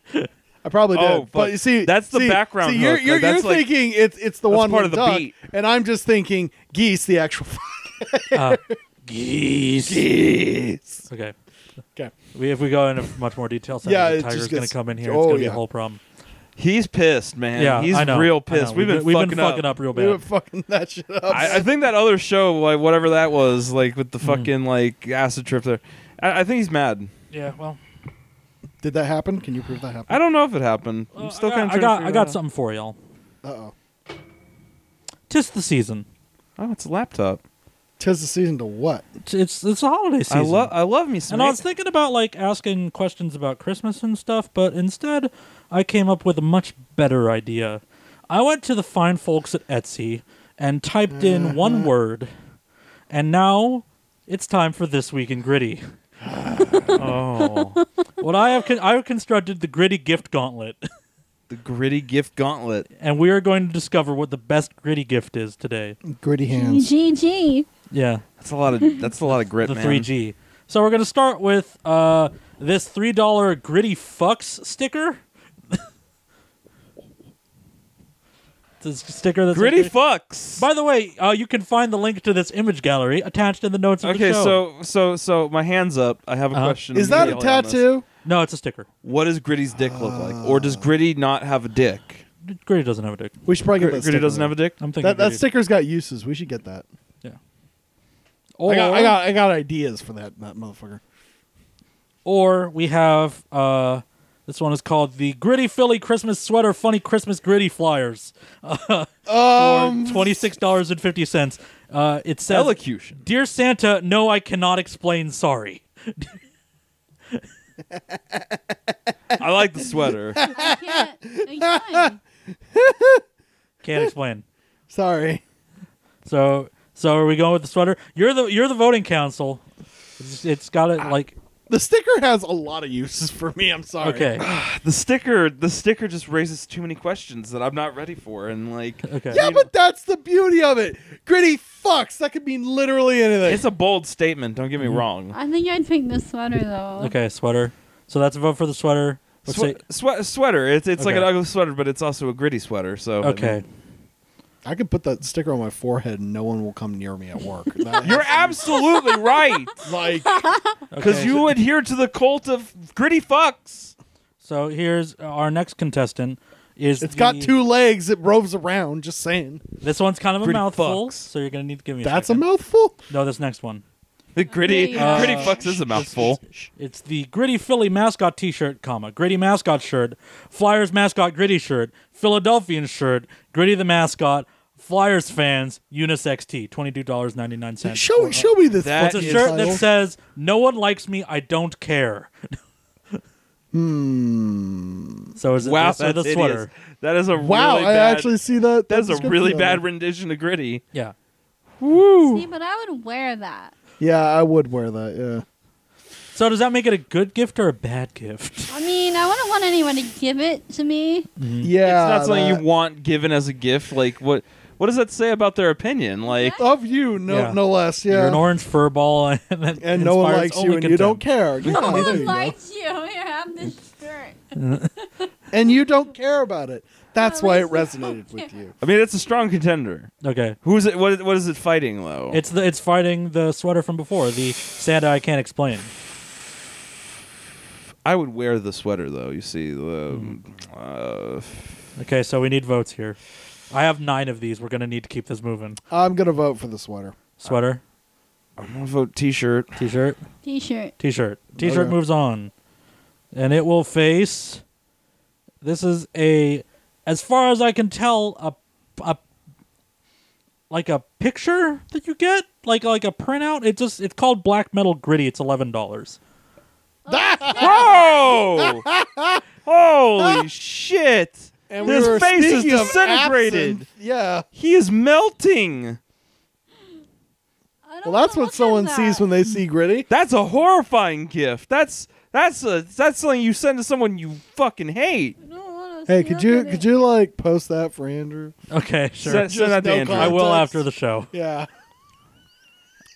Speaker 1: I probably did.
Speaker 3: Oh,
Speaker 1: but
Speaker 3: fuck.
Speaker 1: you see,
Speaker 3: That's the
Speaker 1: see-
Speaker 3: background
Speaker 1: See, you're,
Speaker 3: hook.
Speaker 1: you're,
Speaker 3: Like, that's
Speaker 1: you're
Speaker 3: like-
Speaker 1: thinking it's it's the
Speaker 3: that's
Speaker 1: one
Speaker 3: part
Speaker 1: with
Speaker 3: of the
Speaker 1: duck,
Speaker 3: beat.
Speaker 1: and I'm just thinking geese, the actual
Speaker 2: Uh, geese.
Speaker 1: geese.
Speaker 2: Okay.
Speaker 1: Okay.
Speaker 2: We, if we go into much more detail,
Speaker 1: Yeah,
Speaker 2: yeah,
Speaker 1: it
Speaker 2: Tiger's
Speaker 1: just
Speaker 2: going
Speaker 1: gets-
Speaker 2: to come in here.
Speaker 1: oh,
Speaker 2: it's going to be
Speaker 1: yeah.
Speaker 2: a whole problem.
Speaker 3: He's pissed, man.
Speaker 2: yeah,
Speaker 3: he's
Speaker 2: I know, I
Speaker 3: real
Speaker 2: know.
Speaker 3: pissed. We've, been,
Speaker 2: we've
Speaker 3: fucking
Speaker 2: been fucking up, real
Speaker 1: We were
Speaker 2: bad.
Speaker 1: fucking that shit up.
Speaker 3: I, I think that other show, like whatever that was, like with the
Speaker 2: Hmm.
Speaker 3: fucking like acid trip there. I, I think he's mad.
Speaker 2: Yeah, well,
Speaker 1: Did that happen? Can you prove that happened?
Speaker 3: I don't know if it happened.
Speaker 2: uh,
Speaker 3: I'm still
Speaker 2: I
Speaker 3: kind
Speaker 2: got,
Speaker 3: of.
Speaker 2: I got, I got something for y'all.
Speaker 1: Uh oh.
Speaker 2: Tis the season.
Speaker 3: Oh, it's a laptop.
Speaker 1: Tis the season to what?
Speaker 2: It's it's, it's the holiday season.
Speaker 3: I love. I love me some.
Speaker 2: And I was thinking about like asking questions about Christmas and stuff, but instead I came up with a much better idea. I went to the fine folks at Etsy and typed in one word, and now it's time for this week in gritty.
Speaker 3: oh,
Speaker 2: what I have con- I have constructed the gritty gift gauntlet,
Speaker 3: the gritty gift gauntlet.
Speaker 2: and we are going to discover what the best gritty gift is today.
Speaker 1: Gritty hands.
Speaker 4: GG.
Speaker 2: Yeah.
Speaker 3: That's a lot of. That's a lot of grit,
Speaker 2: the
Speaker 3: man.
Speaker 2: 3G. So we're gonna start with uh, this three dollar gritty fucks sticker. this sticker that's
Speaker 3: Gritty fucks.
Speaker 2: By the way, uh, you can find the link to this image gallery attached in the notes. Of
Speaker 3: okay,
Speaker 2: the show.
Speaker 3: so so so my hands up. I have a
Speaker 2: Uh-huh.
Speaker 3: question.
Speaker 1: Is that a
Speaker 3: immediately on this.
Speaker 1: tattoo?
Speaker 2: no, it's a sticker.
Speaker 3: What does Gritty's dick look like, or does Gritty not have a dick?
Speaker 2: Gritty doesn't have a dick.
Speaker 1: We should probably
Speaker 3: Gr-
Speaker 1: get that.
Speaker 3: Gritty
Speaker 1: sticker
Speaker 3: doesn't
Speaker 1: then.
Speaker 3: have a dick.
Speaker 2: I'm thinking
Speaker 1: That, that
Speaker 2: Gritty-
Speaker 1: sticker's got uses. We should get that.
Speaker 2: Yeah. Or,
Speaker 1: I got, I got, I got ideas for that, that motherfucker.
Speaker 2: or we have uh, this one is called the Gritty Philly Christmas Sweater Funny Christmas Gritty Flyers
Speaker 1: Um,
Speaker 2: for twenty six dollars and fifty cents. Uh, it says
Speaker 3: Elocution.
Speaker 2: Dear Santa, no, I cannot explain sorry.
Speaker 3: I like the sweater.
Speaker 4: I can't. I can't.
Speaker 2: Can't explain.
Speaker 1: sorry.
Speaker 2: So, so are we going with the sweater? You're the you're the voting council. It's, it's got it like
Speaker 1: The sticker has a lot of uses for me. I'm sorry.
Speaker 2: okay,
Speaker 3: the sticker. The sticker just raises too many questions that I'm not ready for, and like,
Speaker 2: okay.
Speaker 1: Yeah, but that's the beauty of it. Gritty fucks. That could mean literally anything.
Speaker 3: it's a bold statement. Don't get
Speaker 2: Mm-hmm.
Speaker 3: me wrong.
Speaker 4: I think I'd pick the sweater though.
Speaker 2: Okay, sweater. So that's a vote for the sweater. Let's
Speaker 3: Swe-
Speaker 2: say-
Speaker 3: swe- sweater. It's it's like
Speaker 2: Okay.
Speaker 3: an ugly sweater, but it's also a gritty sweater. So I
Speaker 2: okay.
Speaker 3: mean-
Speaker 1: I could put that sticker on my forehead and no one will come near me at work. That
Speaker 3: you're
Speaker 1: is,
Speaker 3: absolutely right
Speaker 1: like
Speaker 3: because
Speaker 2: okay.
Speaker 3: you adhere to the cult of gritty fucks.
Speaker 2: So here's our next contestant. Is
Speaker 1: it's
Speaker 2: the-
Speaker 1: got two legs. It roves around. Just saying.
Speaker 2: This one's kind of a
Speaker 3: Pretty
Speaker 2: mouthful,
Speaker 3: fucks.
Speaker 2: so you're gonna need to give me. A
Speaker 1: That's a
Speaker 2: second.
Speaker 1: mouthful.
Speaker 2: No, this next one.
Speaker 3: The gritty
Speaker 4: Uh,
Speaker 3: gritty fucks is a mouthful.
Speaker 2: It's the Gritty Philly mascot T-shirt, comma Gritty mascot shirt, Flyers mascot Gritty shirt, Philadelphian shirt, Gritty the mascot, Flyers fans, unisex tee, twenty-two dollars ninety-nine cents.
Speaker 1: Show show me this.
Speaker 3: That
Speaker 2: It's a
Speaker 1: fucking
Speaker 3: is
Speaker 2: shirt
Speaker 1: title.
Speaker 2: that says "No one likes me, I don't care."
Speaker 1: Hmm.
Speaker 2: So is it
Speaker 3: Wow,
Speaker 2: this or the
Speaker 3: that's
Speaker 2: sweater?
Speaker 3: hideous. That is a
Speaker 1: Wow,
Speaker 3: Really
Speaker 1: I
Speaker 3: bad,
Speaker 1: actually see that. that
Speaker 3: That's a
Speaker 1: description
Speaker 3: really
Speaker 1: of
Speaker 3: bad
Speaker 1: it.
Speaker 3: rendition of Gritty.
Speaker 2: Yeah.
Speaker 4: See, but I would wear that.
Speaker 1: Yeah, I would wear that. Yeah.
Speaker 2: So does that make it a good gift or a bad gift?
Speaker 4: I mean, I wouldn't want anyone to give it to me.
Speaker 1: Yeah.
Speaker 3: it's not something
Speaker 1: that-
Speaker 3: you want given as a gift. Like what? What does that say about their opinion? Like
Speaker 1: of you, no,
Speaker 2: Yeah.
Speaker 1: no less. Yeah.
Speaker 2: You're an orange fur ball, and, that
Speaker 1: and no one
Speaker 2: inspires
Speaker 1: likes you,
Speaker 2: only
Speaker 1: and you don't
Speaker 2: contempt.
Speaker 1: care. Yeah,
Speaker 4: No
Speaker 1: Oh, there
Speaker 4: one
Speaker 1: you go.
Speaker 4: likes you. Here, have this shirt.
Speaker 1: and you don't care about it. That's
Speaker 4: No
Speaker 1: why
Speaker 4: one
Speaker 1: it
Speaker 4: likes you.
Speaker 1: resonated with you.
Speaker 3: I mean, it's a strong contender.
Speaker 2: Okay.
Speaker 3: Who is it? What, what is it fighting though?
Speaker 2: It's the it's fighting the sweater from before the Santa I can't explain.
Speaker 3: I would wear the sweater though. You see the. Uh,
Speaker 2: Okay, so we need votes here. I have nine of these. We're gonna need to keep this moving.
Speaker 1: I'm gonna vote for the sweater.
Speaker 2: Sweater,
Speaker 3: I'm gonna vote T-shirt.
Speaker 2: t-shirt,
Speaker 4: T-shirt.
Speaker 2: t-shirt, t-shirt
Speaker 1: Okay.
Speaker 2: moves on, and it will face. This is a, as far as I can tell, a, a, like a picture that you get, like like a printout. It just it's called Black Metal Gritty. It's eleven dollars.
Speaker 3: Whoa! Holy shit!
Speaker 1: And
Speaker 3: His
Speaker 1: were
Speaker 3: face is
Speaker 1: speaking of
Speaker 3: disintegrated.
Speaker 1: absinthe- Yeah.
Speaker 3: He is melting.
Speaker 4: I don't
Speaker 1: Well, that's
Speaker 4: wanna
Speaker 1: what someone
Speaker 4: look at
Speaker 1: sees
Speaker 4: that.
Speaker 1: when they see gritty.
Speaker 3: That's a horrifying gift. That's that's a that's something you send to someone you fucking hate.
Speaker 4: I don't wanna
Speaker 1: Hey,
Speaker 4: see-
Speaker 1: could
Speaker 4: look
Speaker 1: you
Speaker 4: at
Speaker 1: could
Speaker 4: it.
Speaker 1: you like post that for Andrew?
Speaker 2: Okay, sure.
Speaker 3: Send- send that to
Speaker 1: no
Speaker 3: Andrew.
Speaker 2: I will
Speaker 1: context?
Speaker 2: after the show.
Speaker 1: Yeah.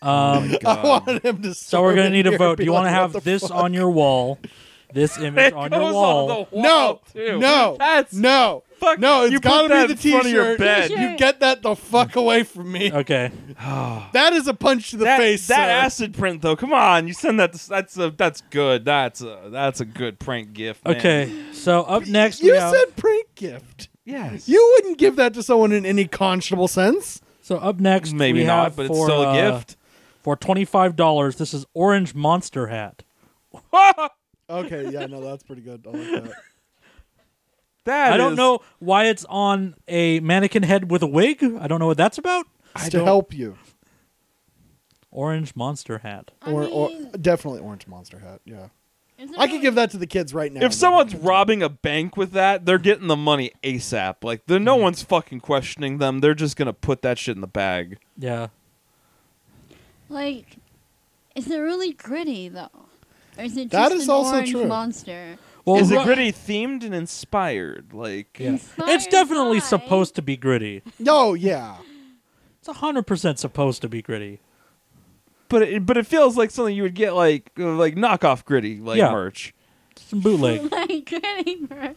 Speaker 2: Um,
Speaker 1: I wanted him to.
Speaker 2: so we're gonna
Speaker 1: storm
Speaker 2: need
Speaker 1: in
Speaker 2: a
Speaker 1: here
Speaker 2: vote.
Speaker 1: and
Speaker 2: Do
Speaker 1: be
Speaker 2: you want to
Speaker 1: like,
Speaker 2: have
Speaker 1: "What the
Speaker 2: this
Speaker 1: fuck?"
Speaker 2: on your wall? This image
Speaker 3: It
Speaker 2: on
Speaker 3: goes
Speaker 2: your wall.
Speaker 3: on the
Speaker 1: No,
Speaker 3: wall too.
Speaker 1: no,
Speaker 3: that's
Speaker 1: no,
Speaker 3: fuck-
Speaker 1: no. It's
Speaker 3: you put
Speaker 1: gotta
Speaker 3: that
Speaker 1: be the
Speaker 3: in front of your
Speaker 1: t-shirt.
Speaker 3: bed.
Speaker 1: You get that the fuck away from me.
Speaker 2: Okay.
Speaker 1: That is a punch to the
Speaker 3: that,
Speaker 1: face.
Speaker 3: that
Speaker 1: sir.
Speaker 3: acid print though. Come on, you send that. To, that's a that's good. That's a that's a good prank gift. man.
Speaker 2: Okay. So up next,
Speaker 1: You
Speaker 2: we have,
Speaker 1: said prank gift.
Speaker 3: Yes.
Speaker 1: You wouldn't give that to someone in any conscionable sense.
Speaker 2: so up next,
Speaker 3: maybe
Speaker 2: we
Speaker 3: not,
Speaker 2: have
Speaker 3: but it's
Speaker 2: for,
Speaker 3: still a
Speaker 2: uh,
Speaker 3: gift.
Speaker 2: for twenty five dollars. This is orange monster hat.
Speaker 1: Okay, yeah, no, that's pretty good. I like that.
Speaker 3: That
Speaker 2: I don't
Speaker 3: is-
Speaker 2: know why it's on a mannequin head with a wig. I don't know what that's about.
Speaker 1: It's
Speaker 3: I
Speaker 1: to
Speaker 3: don't-
Speaker 1: help you,
Speaker 2: Orange monster hat.
Speaker 4: I
Speaker 1: or, or
Speaker 4: mean,
Speaker 1: definitely orange monster hat. Yeah,
Speaker 4: is it
Speaker 1: I could
Speaker 4: really-
Speaker 1: give that to the kids right now.
Speaker 3: If someone's robbing a bank with that, they're getting the money ASAP. Like, the,
Speaker 2: Hmm.
Speaker 3: no one's fucking questioning them. They're just gonna put that shit in the bag.
Speaker 2: Yeah.
Speaker 4: Like, is it really gritty though, or is it just
Speaker 1: That is
Speaker 4: an
Speaker 1: also
Speaker 4: orange
Speaker 1: true.
Speaker 4: monster?
Speaker 2: Well,
Speaker 3: Is it
Speaker 2: ru-
Speaker 3: gritty themed and inspired? Like,
Speaker 2: Yeah.
Speaker 4: Inspired
Speaker 2: It's definitely
Speaker 4: by-
Speaker 2: supposed to be gritty.
Speaker 1: no, Oh, yeah,
Speaker 2: It's hundred percent supposed to be gritty.
Speaker 3: but it, but it feels like something you would get like uh, like knockoff gritty like
Speaker 2: Yeah.
Speaker 3: merch.
Speaker 2: Some bootleg.
Speaker 4: like gritty. bro.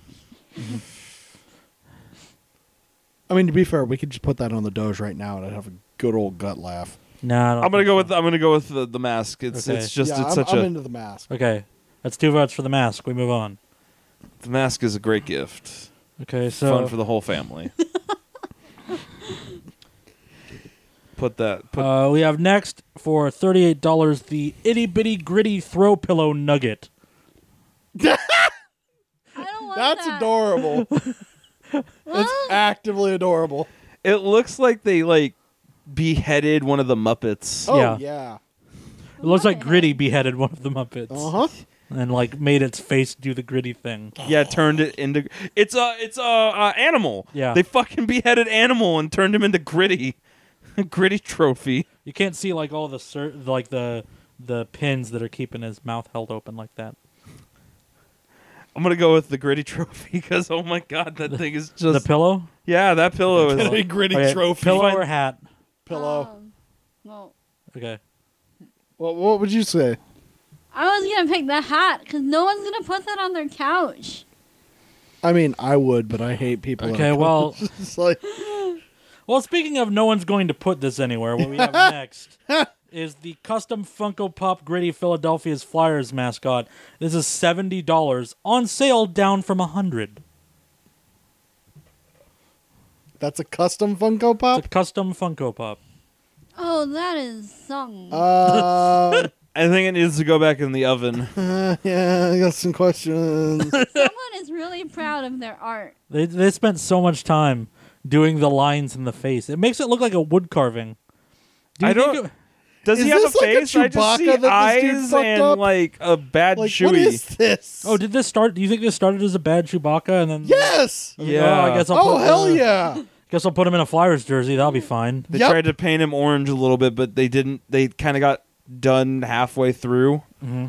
Speaker 1: I mean to be fair, we could just put that on the Doge right now and I'd have a good old gut laugh.
Speaker 2: nah. I don't
Speaker 3: I'm gonna
Speaker 2: think
Speaker 3: go
Speaker 2: so.
Speaker 3: with I'm gonna go with the, the mask. It's
Speaker 2: Okay.
Speaker 3: it's just
Speaker 1: yeah,
Speaker 3: it's
Speaker 1: I'm,
Speaker 3: such
Speaker 1: I'm
Speaker 3: a
Speaker 1: into the mask.
Speaker 2: Okay. That's two votes for the mask. We move on.
Speaker 3: the mask is a great gift.
Speaker 2: Okay,
Speaker 3: It's
Speaker 2: so
Speaker 3: Fun for the whole family. put that put
Speaker 2: uh, we have next for thirty-eight dollars the itty bitty gritty throw pillow nugget.
Speaker 4: I don't want
Speaker 1: That's
Speaker 4: that.
Speaker 1: adorable. it's actively adorable.
Speaker 3: It looks like they like beheaded one of the Muppets.
Speaker 1: Oh
Speaker 2: Yeah.
Speaker 1: yeah,
Speaker 2: It looks like
Speaker 4: What?
Speaker 2: Gritty beheaded one of the Muppets
Speaker 3: Uh-huh.
Speaker 1: uh huh.
Speaker 2: and like made its face do the gritty thing.
Speaker 3: Yeah, turned it into it's a it's a uh, animal.
Speaker 2: Yeah.
Speaker 3: they fucking beheaded animal and turned him into gritty, gritty trophy.
Speaker 2: You can't see like all the cer- like the the pins that are keeping his mouth held open like that.
Speaker 3: I'm gonna go with the gritty trophy because oh my god, that thing is just
Speaker 2: the pillow,
Speaker 3: yeah, that pillow is
Speaker 1: a gritty
Speaker 2: Okay,
Speaker 1: trophy
Speaker 2: pillow or hat.
Speaker 1: pillow.
Speaker 4: Um, well,
Speaker 2: Okay,
Speaker 1: What, what would you say?
Speaker 4: I was gonna pick the hat because no one's gonna put that on their couch.
Speaker 1: I mean, I would, but I hate people. that
Speaker 2: okay.
Speaker 1: come-
Speaker 2: Well,
Speaker 1: it's like
Speaker 2: well. Speaking of, no one's going to put this anywhere. What we have next is the custom Funko Pop Gritty Philadelphia's Flyers mascot. This is seventy dollars on sale, down from a hundred.
Speaker 1: that's a custom Funko Pop.
Speaker 2: It's a custom Funko Pop.
Speaker 4: Oh, that is something.
Speaker 1: Uh,
Speaker 3: I think it needs to go back in the oven.
Speaker 1: uh, yeah, I got some questions.
Speaker 4: Someone is really proud of their art.
Speaker 2: They they spent so much time doing the lines in the face. It makes it look like a wood carving. Do you
Speaker 3: I
Speaker 2: think
Speaker 3: don't-
Speaker 2: it-
Speaker 3: Does
Speaker 1: Is
Speaker 3: he have a
Speaker 1: this like a
Speaker 3: face? I just
Speaker 1: Chewbacca that
Speaker 3: see
Speaker 1: this dude
Speaker 3: eyes
Speaker 1: fucked
Speaker 3: and
Speaker 1: up?
Speaker 3: like a bad
Speaker 1: Like,
Speaker 3: Chewie.
Speaker 1: what is this?
Speaker 2: Oh, did this start? Do you think this started as a bad Chewbacca and then?
Speaker 1: yes.
Speaker 2: Oh,
Speaker 3: Yeah.
Speaker 2: I guess I'll
Speaker 1: Oh
Speaker 2: put,
Speaker 1: hell
Speaker 2: uh,
Speaker 1: yeah!
Speaker 2: Guess I'll put him in a Flyers jersey. That'll be fine.
Speaker 3: They
Speaker 1: Yep.
Speaker 3: tried to paint him orange a little bit, but they didn't. They kind of got done halfway through.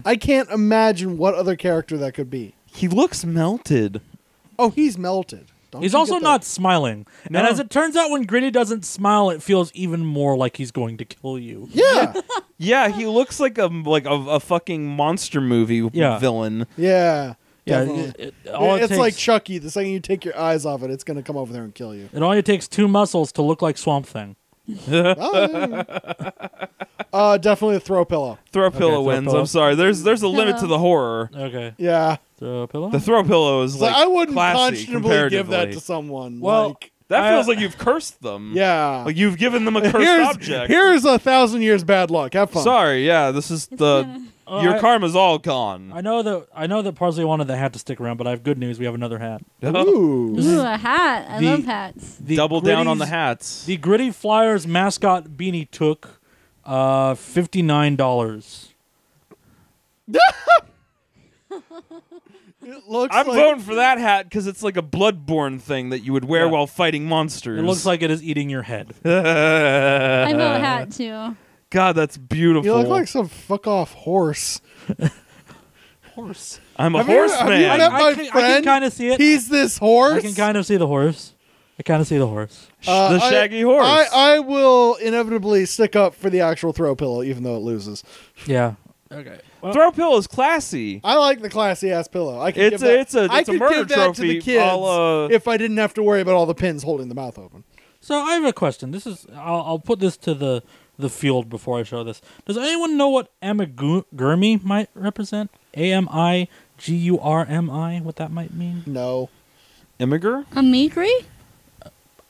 Speaker 1: I can't imagine what other character that could be.
Speaker 3: He looks melted.
Speaker 1: Oh, he's melted. Don't
Speaker 2: He's
Speaker 1: you
Speaker 2: also
Speaker 1: get that?
Speaker 2: not smiling.
Speaker 3: No.
Speaker 2: And as it turns out, when Gritty doesn't smile, it feels even more like he's going to kill you.
Speaker 1: Yeah,
Speaker 3: Yeah, he looks like a like a, a fucking monster movie
Speaker 2: Yeah.
Speaker 3: villain.
Speaker 1: yeah,
Speaker 2: Yeah,
Speaker 1: definitely.
Speaker 2: it- it- all it
Speaker 1: it's like
Speaker 2: takes-
Speaker 1: Chucky. The second you take your eyes off it, it's gonna come over there and kill you.
Speaker 2: It only takes two muscles to look like Swamp Thing.
Speaker 1: Oh, yeah. uh, definitely a throw pillow.
Speaker 3: Throw pillow
Speaker 2: throw
Speaker 3: wins.
Speaker 2: pillow.
Speaker 3: I'm sorry. There's there's a limit
Speaker 4: Pillow.
Speaker 3: to the horror.
Speaker 2: Okay.
Speaker 1: Yeah,
Speaker 2: The pillow?
Speaker 3: The throw pillow is
Speaker 1: So
Speaker 3: like
Speaker 1: I wouldn't
Speaker 3: classy
Speaker 1: conscionably give that
Speaker 3: comparatively.
Speaker 1: to someone.
Speaker 2: Well,
Speaker 1: like,
Speaker 3: That
Speaker 2: I-
Speaker 3: feels like you've cursed them.
Speaker 1: yeah.
Speaker 3: Like you've given them a cursed
Speaker 1: Here's,
Speaker 3: object.
Speaker 1: here's a thousand years bad luck. Have fun.
Speaker 3: Sorry, yeah, this is the
Speaker 4: gonna-
Speaker 2: Oh,
Speaker 3: your
Speaker 2: I-
Speaker 3: karma's all gone.
Speaker 2: I know that I know that Parsley wanted the hat to stick around, but I have good news. We have another hat.
Speaker 1: Ooh.
Speaker 3: Uh,
Speaker 4: Ooh, a hat. I
Speaker 2: The-
Speaker 4: love hats.
Speaker 2: Oh, The
Speaker 3: Double down on the
Speaker 2: Gritty's-
Speaker 3: hats.
Speaker 2: The Gritty Flyers mascot beanie took uh, fifty nine dollars.
Speaker 1: It looks
Speaker 3: I'm
Speaker 1: like,
Speaker 3: voting for that hat because it's like a bloodborne thing that you would wear
Speaker 2: Yeah.
Speaker 3: while fighting monsters.
Speaker 2: It looks like it is eating your head.
Speaker 4: I vote hat too.
Speaker 3: God, that's beautiful.
Speaker 1: You look like some fuck off horse.
Speaker 2: Horse.
Speaker 3: I'm a
Speaker 1: Have you ever- have you
Speaker 3: horseman.
Speaker 1: ever-
Speaker 2: I,
Speaker 1: My
Speaker 2: can,
Speaker 1: friend,
Speaker 2: kind of see it.
Speaker 1: He's this horse.
Speaker 2: I can kind of see the horse. I kind of see the horse.
Speaker 1: Uh,
Speaker 3: the
Speaker 1: I-
Speaker 3: shaggy horse.
Speaker 1: I, I will inevitably stick up for the actual throw pillow, even though it loses.
Speaker 2: Yeah. Okay. Well,
Speaker 3: Throw pillow is classy.
Speaker 1: I like the classy ass pillow. I can
Speaker 3: It's
Speaker 1: give that,
Speaker 3: a- it's a-
Speaker 1: I
Speaker 3: it's a
Speaker 1: could
Speaker 3: murder
Speaker 1: give that to the
Speaker 3: trophy,
Speaker 1: kids
Speaker 3: all, uh,
Speaker 1: if I didn't have to worry about all the pins holding the mouth open.
Speaker 2: so I have a question. This is I'll, I'll put this to the the field before I show this. Does anyone know what amigurumi might represent? A M I G U R M I. What that might mean?
Speaker 1: No.
Speaker 3: Immigrant?
Speaker 4: A meagre?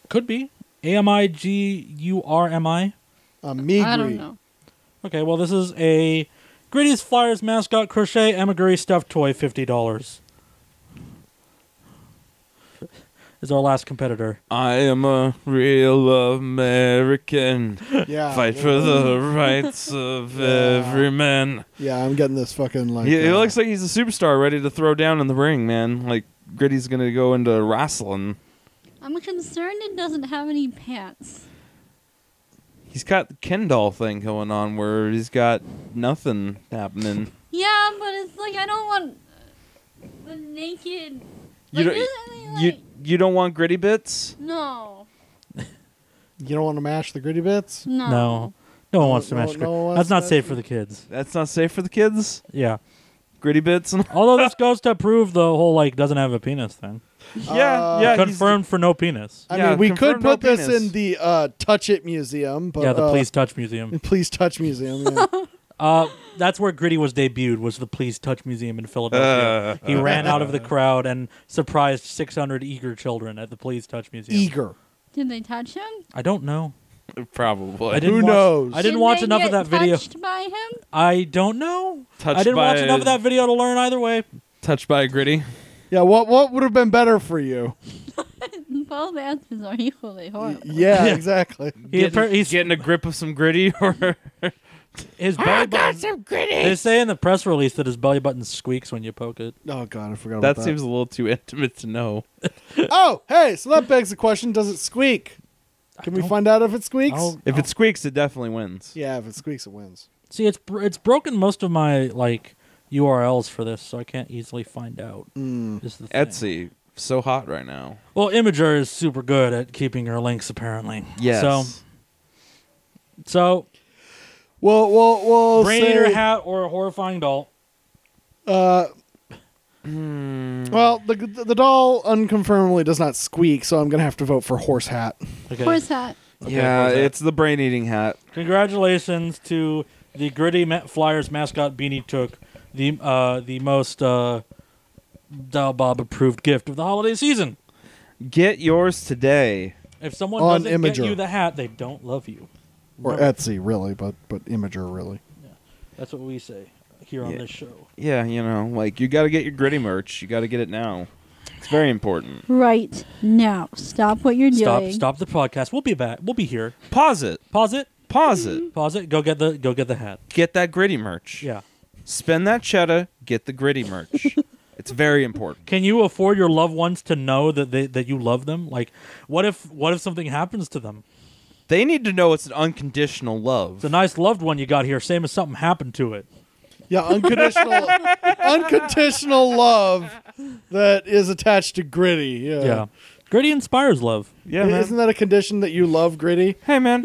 Speaker 2: Could be. A M I G U R M I.
Speaker 1: A meagre.
Speaker 4: I don't know.
Speaker 2: Okay, well, this is a Gritty's Flyers mascot crochet amigurumi stuffed toy, fifty dollars. Is our last competitor.
Speaker 3: I am a real American.
Speaker 1: Ah, Yeah.
Speaker 3: Fight for the rights of
Speaker 1: Yeah.
Speaker 3: every man.
Speaker 1: Yeah, I'm getting this fucking like.
Speaker 3: He, he
Speaker 1: uh,
Speaker 3: looks like he's a superstar ready to throw down in the ring, man. Like Gritty's gonna go into wrestling.
Speaker 4: I'm concerned it doesn't have any pants.
Speaker 3: He's got the Ken doll thing going on where he's got nothing happening.
Speaker 4: Yeah, but it's like I don't want the naked.
Speaker 3: You
Speaker 4: Like,
Speaker 3: don't-
Speaker 4: isn't it,
Speaker 3: You
Speaker 4: like-
Speaker 3: you don't want gritty bits?
Speaker 4: no,
Speaker 1: You don't want to mash the gritty bits?
Speaker 4: no.
Speaker 2: No, no one wants to
Speaker 1: No-
Speaker 2: match.
Speaker 1: no one
Speaker 2: No
Speaker 1: wants
Speaker 2: That's
Speaker 1: to
Speaker 2: not
Speaker 1: match
Speaker 2: safe
Speaker 1: it.
Speaker 2: for the kids.
Speaker 3: That's not safe for the kids.
Speaker 2: Yeah.
Speaker 3: Gritty bits and
Speaker 2: Although this goes to prove the whole like doesn't have a penis thing.
Speaker 3: yeah, yeah. he's-
Speaker 2: Confirmed for no penis.
Speaker 1: I
Speaker 3: Yeah,
Speaker 1: mean, we could
Speaker 3: confirm no
Speaker 1: put this
Speaker 3: penis.
Speaker 1: in the uh, Touch It Museum, but.
Speaker 2: yeah, the
Speaker 1: uh,
Speaker 2: Please Touch Museum.
Speaker 1: Please Touch Museum. yeah.
Speaker 2: Uh, that's where Gritty was debuted. Was the Please Touch Museum in Philadelphia?
Speaker 3: Uh,
Speaker 2: he ran out of the crowd and surprised 600 eager children at the Please Touch Museum.
Speaker 1: Eager.
Speaker 4: Did they touch him?
Speaker 2: I don't know.
Speaker 3: Probably.
Speaker 2: I didn't
Speaker 1: Who
Speaker 2: watch,
Speaker 1: knows?
Speaker 2: I didn't
Speaker 4: Did
Speaker 2: watch
Speaker 4: they
Speaker 2: enough
Speaker 4: get
Speaker 2: of that video.
Speaker 4: Touched by him?
Speaker 2: I don't know.
Speaker 3: Touched
Speaker 2: I didn't watch
Speaker 3: by-
Speaker 2: enough of that video to learn either way.
Speaker 3: Touched by gritty.
Speaker 1: Yeah, what what would have been better for you?
Speaker 4: Both answers are equally horrible.
Speaker 1: Yeah, exactly.
Speaker 2: He
Speaker 3: Getting-
Speaker 2: appar- he's,
Speaker 3: getting a grip of some gritty or
Speaker 2: his belly button. They say in the press release that his belly button squeaks when you poke it.
Speaker 1: Oh god, I forgot
Speaker 3: that
Speaker 1: about
Speaker 3: seems a little too intimate to know.
Speaker 1: Oh, hey, so that begs the question: Does it squeak? Can we
Speaker 2: don't-
Speaker 1: find out if it squeaks?
Speaker 2: I'll-
Speaker 3: If it squeaks, it definitely wins.
Speaker 1: Yeah, if it squeaks, it wins.
Speaker 2: See, it's br- it's broken most of my like URLs for this, so I can't easily find out.
Speaker 1: Mm.
Speaker 2: Is the thing.
Speaker 3: Etsy, so hot right now.
Speaker 2: Well, Imager is super good at keeping her links, apparently.
Speaker 3: Yes.
Speaker 2: So, so
Speaker 1: Well, well, well.
Speaker 2: brain
Speaker 1: say,
Speaker 2: eater hat or a horrifying doll.
Speaker 1: Uh, Well, the the doll unconfirmably does not squeak, so I'm gonna have to vote for horse hat.
Speaker 2: Okay.
Speaker 4: Of course that.
Speaker 3: yeah,
Speaker 2: what was that?
Speaker 3: it's the brain eating hat.
Speaker 2: Congratulations to the gritty Ma- Flyers mascot Beanie took the uh, the most uh, Dial Bob approved gift of the holiday season.
Speaker 3: Get yours today.
Speaker 2: If someone
Speaker 1: On
Speaker 2: doesn't get
Speaker 1: Imager.
Speaker 2: you the hat, they don't love you.
Speaker 1: Or
Speaker 2: Remember,
Speaker 1: Etsy, really, but but Imager, really.
Speaker 2: that's what we say here on
Speaker 3: Yeah.
Speaker 2: this show.
Speaker 3: Yeah, you know, like you got to get your gritty merch. You got to get it now. It's very important.
Speaker 4: Right now, stop what you're
Speaker 2: Stop
Speaker 4: doing.
Speaker 2: stop the podcast. We'll be back. We'll be here.
Speaker 3: Pause it.
Speaker 2: Pause it.
Speaker 3: Pause it.
Speaker 2: Pause it. Go get the go get the hat.
Speaker 3: Get that gritty merch.
Speaker 2: Mm-hmm. Yeah.
Speaker 3: Spend that cheddar. Get the gritty merch. it's very important.
Speaker 2: Can you afford your loved ones to know that they that you love them? Like, what if what if something happens to them?
Speaker 3: They need to know it's an unconditional love.
Speaker 2: It's a nice loved one you got here. Same as something happened to it.
Speaker 1: Yeah, unconditional, unconditional love that is attached to gritty. Yeah,
Speaker 2: Yeah. Gritty inspires love.
Speaker 3: yeah,
Speaker 1: I- isn't that a condition that you love gritty?
Speaker 3: Hey, man.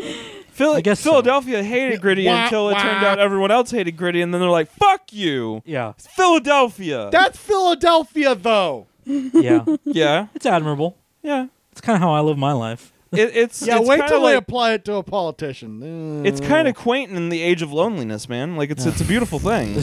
Speaker 3: Phil-
Speaker 2: I guess so.
Speaker 3: Philadelphia hated gritty
Speaker 1: Wah,
Speaker 3: until it turned
Speaker 1: wah.
Speaker 3: out everyone else hated gritty, and then they're like, "Fuck you,
Speaker 2: Yeah.
Speaker 3: It's Philadelphia."
Speaker 1: That's Philadelphia, though.
Speaker 2: Yeah.
Speaker 3: yeah,
Speaker 2: it's admirable.
Speaker 3: yeah.
Speaker 2: It's kind of how I live my life.
Speaker 3: It, it's
Speaker 1: Yeah,
Speaker 3: It's
Speaker 1: wait
Speaker 3: kinda
Speaker 1: till they
Speaker 3: like,
Speaker 1: apply it to a politician. Eh,
Speaker 3: It's kind of quaint in the age of loneliness, man. Like it's it's a beautiful thing.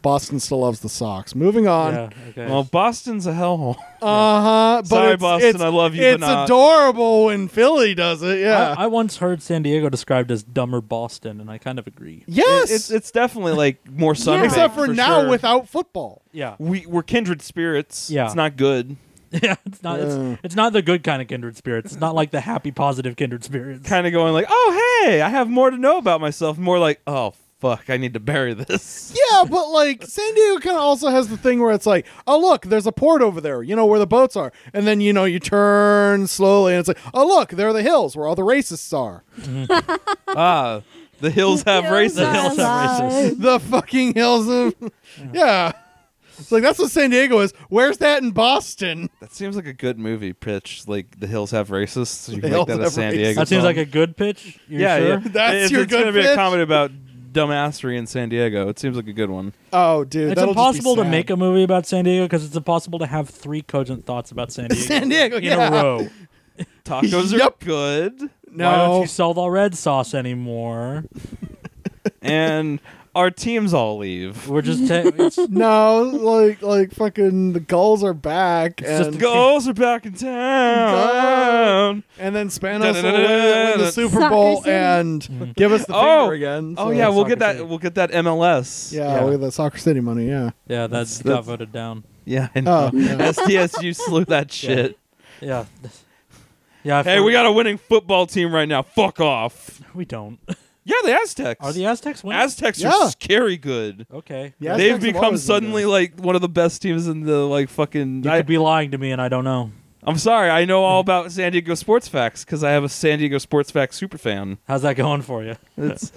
Speaker 1: Boston still loves the Sox. Moving on.
Speaker 2: Yeah. Okay.
Speaker 3: Well, Boston's a hellhole.
Speaker 1: Uh huh. But
Speaker 3: Sorry,
Speaker 1: it's-
Speaker 3: Boston,
Speaker 1: it's-
Speaker 3: I love you, but
Speaker 1: It's
Speaker 3: not.
Speaker 1: adorable when Philly does it. Yeah.
Speaker 2: I, I once heard San Diego described as dumber Boston, and I kind of agree.
Speaker 1: yes.
Speaker 3: It- it's it's definitely like more sun.
Speaker 4: Yeah.
Speaker 1: Except for, now,
Speaker 3: sure.
Speaker 1: without football.
Speaker 2: Yeah.
Speaker 3: we we're kindred spirits.
Speaker 2: Yeah.
Speaker 3: it's not good.
Speaker 2: Yeah, it's not.
Speaker 1: Yeah.
Speaker 2: It's, it's not the good kind of kindred spirits. It's not like the happy, positive kindred spirits.
Speaker 3: Kind of going like, oh hey, I have more to know about myself. More like, oh fuck, I need to bury this.
Speaker 1: Yeah, but like San Diego kind of also has the thing where it's like, oh look, there's a port over there, you know where the boats are, and then you know you turn slowly, and it's like, oh look, there are the hills where all the racists are.
Speaker 3: ah, the hills have races.
Speaker 2: The hills have races.
Speaker 1: the fucking hills of, yeah. It's like that's what San Diego is. Where's that in Boston?
Speaker 3: That seems like a good movie pitch. Like the hills have racists. You
Speaker 1: The
Speaker 3: can make that
Speaker 1: Hills
Speaker 3: a
Speaker 1: Have
Speaker 3: San
Speaker 1: Racists.
Speaker 3: Diego.
Speaker 2: That seems
Speaker 3: song.
Speaker 2: like a good pitch. You're
Speaker 3: yeah,
Speaker 2: sure?
Speaker 3: yeah.
Speaker 1: That's
Speaker 3: if
Speaker 1: your
Speaker 3: it's
Speaker 1: good
Speaker 3: gonna be a
Speaker 1: pitch?
Speaker 3: comedy about dumbassery in San Diego. It seems like a good one.
Speaker 1: Oh, dude,
Speaker 2: It's
Speaker 1: that'll just be
Speaker 2: impossible to
Speaker 1: sad.
Speaker 2: make a movie about San Diego because it's impossible to have three cogent thoughts about San Diego,
Speaker 1: San Diego,
Speaker 2: in
Speaker 1: yeah.
Speaker 2: a row.
Speaker 3: Tacos are
Speaker 1: Yup.
Speaker 3: good,
Speaker 1: no.
Speaker 2: Why don't you sell the red sauce anymore?
Speaker 3: and our teams all leave.
Speaker 2: We're just ta- it's,
Speaker 1: no, like like fucking the gulls are back,
Speaker 2: It's just
Speaker 1: and,
Speaker 2: a-
Speaker 3: Goals are back in town.
Speaker 1: and then Spanos will win,
Speaker 3: Da-da-da-da-da.
Speaker 1: win the Super
Speaker 4: Soccer
Speaker 1: Bowl
Speaker 4: City.
Speaker 2: Mm-hmm.
Speaker 1: and give us the
Speaker 3: Oh.
Speaker 1: finger again.
Speaker 3: Oh
Speaker 1: so
Speaker 3: yeah, we'll get
Speaker 1: Soccer
Speaker 3: that.
Speaker 1: City.
Speaker 3: We'll get that MLS.
Speaker 1: Yeah,
Speaker 2: Yeah.
Speaker 1: we with the Soccer City money, yeah.
Speaker 2: yeah, that's, got
Speaker 3: That's-
Speaker 2: voted down.
Speaker 3: yeah. I know.
Speaker 1: Oh, yeah.
Speaker 3: STSU slew that shit.
Speaker 2: Yeah, yeah. I
Speaker 3: Hey, we
Speaker 2: forgot-
Speaker 3: got a winning football team right now. Fuck off.
Speaker 2: we don't.
Speaker 3: Yeah, the Aztecs.
Speaker 2: Are the Aztecs winning?
Speaker 3: Aztecs
Speaker 1: Yeah.
Speaker 3: are scary good.
Speaker 2: okay.
Speaker 1: Yeah, Aztecs
Speaker 3: They've
Speaker 1: have
Speaker 3: become
Speaker 1: always been
Speaker 3: suddenly
Speaker 1: good.
Speaker 3: like one of the best teams in the like fucking.
Speaker 2: You
Speaker 3: I,
Speaker 2: could be lying to me, and I don't know.
Speaker 3: I'm sorry, I know all about San Diego sports facts because I have a San Diego sports facts super fan.
Speaker 2: How's that going for you?
Speaker 3: It's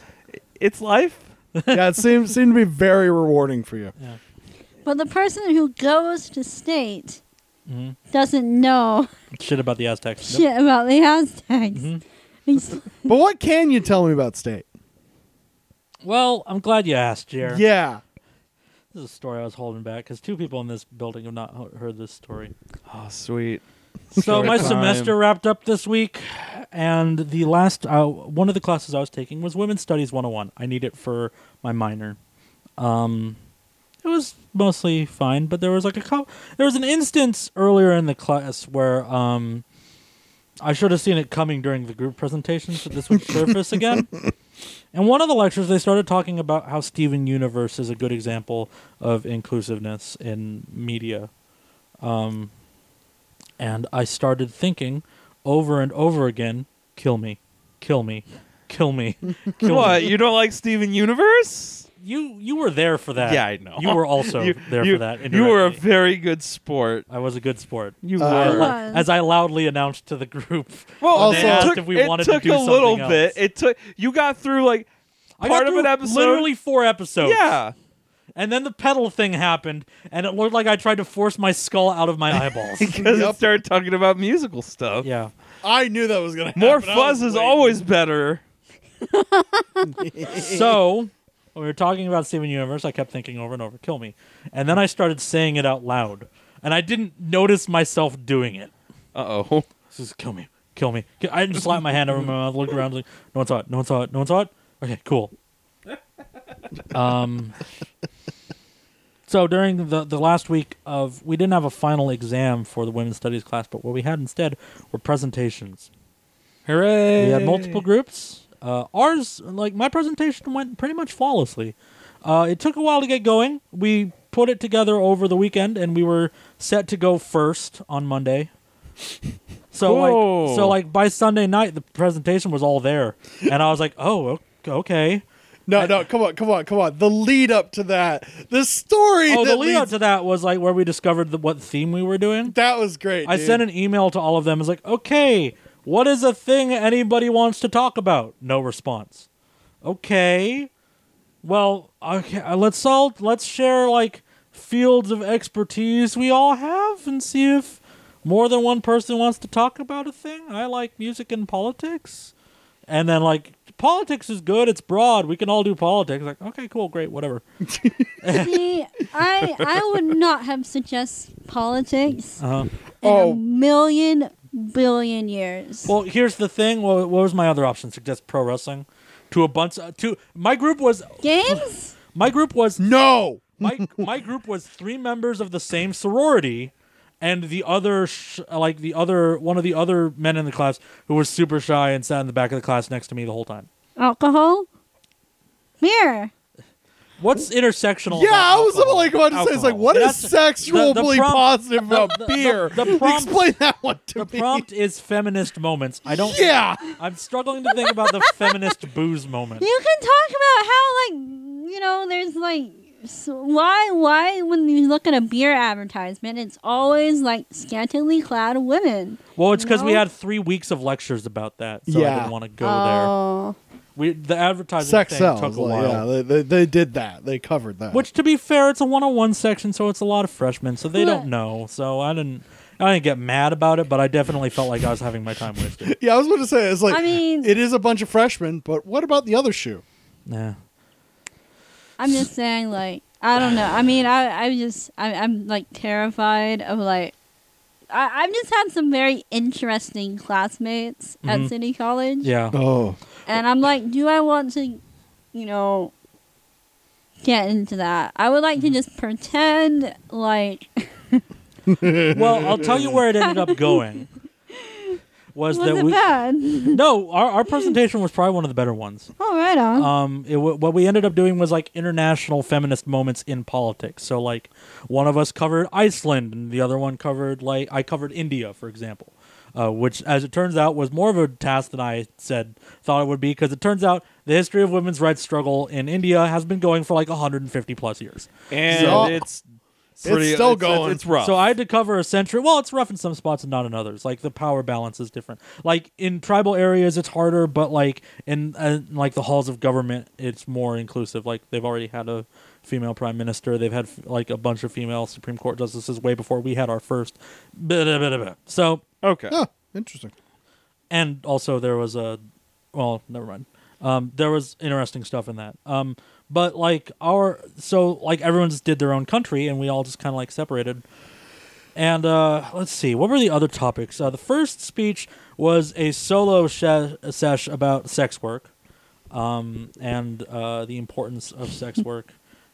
Speaker 3: it's life.
Speaker 1: yeah, it seemed seemed to be very rewarding for you.
Speaker 4: But the person who goes to state
Speaker 2: Mhm.
Speaker 4: doesn't know
Speaker 2: Shit about the Aztecs. Nope.
Speaker 4: shit about the Aztecs.
Speaker 2: Mhm.
Speaker 4: It's-
Speaker 1: But what can you tell me about state?
Speaker 2: Well, I'm glad you asked, Jer.
Speaker 1: Yeah.
Speaker 2: This is a story I was holding back because two people in this building have not he- heard this story.
Speaker 3: Oh, sweet.
Speaker 2: So
Speaker 3: Story
Speaker 2: my
Speaker 3: time.
Speaker 2: semester wrapped up this week, and the last uh, one of the classes I was taking was Women's Studies 101. I need it for my minor. Um, it was mostly fine, but there was like a co- there was an instance earlier in the class where um, I should have seen it coming during the group presentation, so this would surface again. In one of the lectures, they started talking about how Steven Universe is a good example of inclusiveness in media. Um, and I started thinking over and over again kill me, kill me, kill me. Kill
Speaker 3: What
Speaker 2: Me.
Speaker 3: you don't like Steven Universe?
Speaker 2: You, you were there for that.
Speaker 3: Yeah, I know.
Speaker 2: You were also
Speaker 3: you,
Speaker 2: there
Speaker 3: you-
Speaker 2: for that.
Speaker 3: You were a
Speaker 2: indirectly.
Speaker 3: very good sport.
Speaker 2: I was a good sport.
Speaker 3: You
Speaker 1: Uh,
Speaker 3: were.
Speaker 4: I was.
Speaker 2: As I loudly announced to the group.
Speaker 3: Well,
Speaker 1: Also-
Speaker 3: it
Speaker 1: They asked
Speaker 3: took,
Speaker 2: if we
Speaker 3: it
Speaker 2: wanted to
Speaker 3: took
Speaker 2: do
Speaker 3: a little
Speaker 2: something
Speaker 3: bit.
Speaker 2: else.
Speaker 3: It took. You got through like
Speaker 2: I
Speaker 3: part
Speaker 2: got
Speaker 3: of
Speaker 2: through
Speaker 3: an episode.
Speaker 2: Literally four episodes.
Speaker 3: Yeah.
Speaker 2: And then the pedal thing happened, and it looked like I tried to force my skull out of my eyeballs.
Speaker 3: Because
Speaker 1: Yup.
Speaker 3: it started talking about musical stuff.
Speaker 2: yeah.
Speaker 1: I knew that was gonna happen.
Speaker 3: More
Speaker 1: I was
Speaker 3: fuzz is
Speaker 1: waiting.
Speaker 3: always better.
Speaker 2: So when we were talking about Steven Universe, I kept thinking over and over, kill me. And then I started saying it out loud. And I didn't notice myself doing it.
Speaker 3: Uh oh.
Speaker 2: This is kill me, kill me. Ki- I just slapped my hand over my mouth, looked around, like no one saw it, no one saw it, no one saw it. Okay, cool. Um. So during the the last week of we didn't have a final exam for the women's studies class, but what we had instead were presentations.
Speaker 3: Hooray.
Speaker 2: We had multiple groups. Uh, ours, like my presentation, went pretty much flawlessly. Uh, it took a while to get going. We put it together over the weekend, and we were set to go first on Monday. So
Speaker 3: Whoa.
Speaker 2: like so like by Sunday night the presentation was all there, and I was like, oh o- okay.
Speaker 1: No, no, come on, come on, come on. The lead up to that, the story.
Speaker 2: Oh,
Speaker 1: that
Speaker 2: the lead up
Speaker 1: leads-
Speaker 2: to that was like where we discovered the, what theme we were doing.
Speaker 1: that was great.
Speaker 2: I
Speaker 1: dude.
Speaker 2: sent an email to all of them. It's like, okay, what is a thing anybody wants to talk about? No response. Okay. Well, okay, uh, let's all let's share like fields of expertise we all have and see if more than one person wants to talk about a thing. I like music and politics. And then like politics is good, it's broad. We can all do politics. Like, okay, cool, great, whatever.
Speaker 4: See, I I would not have suggested politics
Speaker 2: Uh-huh.
Speaker 4: in
Speaker 1: Oh.
Speaker 4: a million billion years.
Speaker 2: Well, here's the thing. What, what was my other option? Suggest pro wrestling to a bunch. Uh, to my group was
Speaker 4: Games?
Speaker 2: my group was
Speaker 1: No,
Speaker 2: my my group was three members of the same sorority, and the other sh- like the other one of the other men in the class who was super shy and sat in the back of the class next to me the whole time.
Speaker 4: Alcohol? Beer.
Speaker 2: What's intersectional?
Speaker 1: yeah,
Speaker 2: about
Speaker 1: I was
Speaker 2: alcohol?
Speaker 1: like about to say, it's like, what is
Speaker 2: That's-
Speaker 1: sexually
Speaker 2: the- the prompt-
Speaker 1: positive about
Speaker 2: the- the-
Speaker 1: beer?
Speaker 2: the prompt-
Speaker 1: Explain that one to me.
Speaker 2: Prompt is feminist moments. I don't.
Speaker 1: yeah,
Speaker 2: I'm struggling to think about the feminist booze moment.
Speaker 4: You can talk about how like you know there's like s why why when you look at a beer advertisement it's always like scantily clad women.
Speaker 2: Well, it's because we
Speaker 4: No.
Speaker 2: had three weeks of lectures about that, so I
Speaker 1: Yeah.
Speaker 2: didn't want to go there.
Speaker 4: oh.
Speaker 2: We the advertising
Speaker 1: sex
Speaker 2: thing
Speaker 1: sells.
Speaker 2: took a
Speaker 1: like,
Speaker 2: while.
Speaker 1: Yeah, they, they, they did that. They covered that.
Speaker 2: Which, to be fair, it's a one-on-one section, so it's a lot of freshmen, so they don't
Speaker 4: Look.
Speaker 2: know. So I didn't, I didn't get mad about it, but I definitely felt like I was having my time wasted.
Speaker 1: yeah, I was about to say it's like
Speaker 4: I mean-
Speaker 1: it is a bunch of freshmen, but what about the other shoe?
Speaker 2: Yeah.
Speaker 4: I'm just saying, like, I don't know. I mean, I, I just, I, I'm like terrified of like, I, I've just had some very interesting classmates
Speaker 2: Mhm.
Speaker 4: at City College,
Speaker 2: Yeah.
Speaker 1: Oh,
Speaker 4: and I'm like, do I want to, you know, get into that? I would like
Speaker 2: Mm-hmm.
Speaker 4: to just pretend like
Speaker 2: Well, I'll tell you where it ended up going. Was,
Speaker 4: was,
Speaker 2: that
Speaker 4: it
Speaker 2: we?
Speaker 4: bad?
Speaker 2: No, our, our presentation was probably one of the better ones.
Speaker 4: All right, on.
Speaker 2: um it, w- what we ended up doing was like international feminist moments in politics so like one of us covered iceland and the other one covered like i covered india for example uh, which as it turns out was more of a task than i said thought it would be because it turns out the history of women's rights struggle in india has been going for like 150 plus years
Speaker 3: and
Speaker 1: So-
Speaker 3: it's pretty,
Speaker 1: still
Speaker 3: it's- it's-
Speaker 1: going.
Speaker 3: It's rough.
Speaker 2: so I had to cover a century. Well, it's rough in some spots and not in others. Like the power balance is different. Like in tribal areas, it's harder, but like in uh, like the halls of government, it's more inclusive. Like they've already had a female prime minister. They've had like a bunch of female Supreme Court justices way before we had our first. Blah, blah, blah, blah. So
Speaker 3: okay.
Speaker 1: huh, interesting.
Speaker 2: and also there was a well never mind um, there was interesting stuff in that um, but like our so like everyone just did their own country and we all just kind of like separated and uh, let's see what were the other topics uh, the first speech was a solo she- sesh about sex work um, and uh, the importance of sex work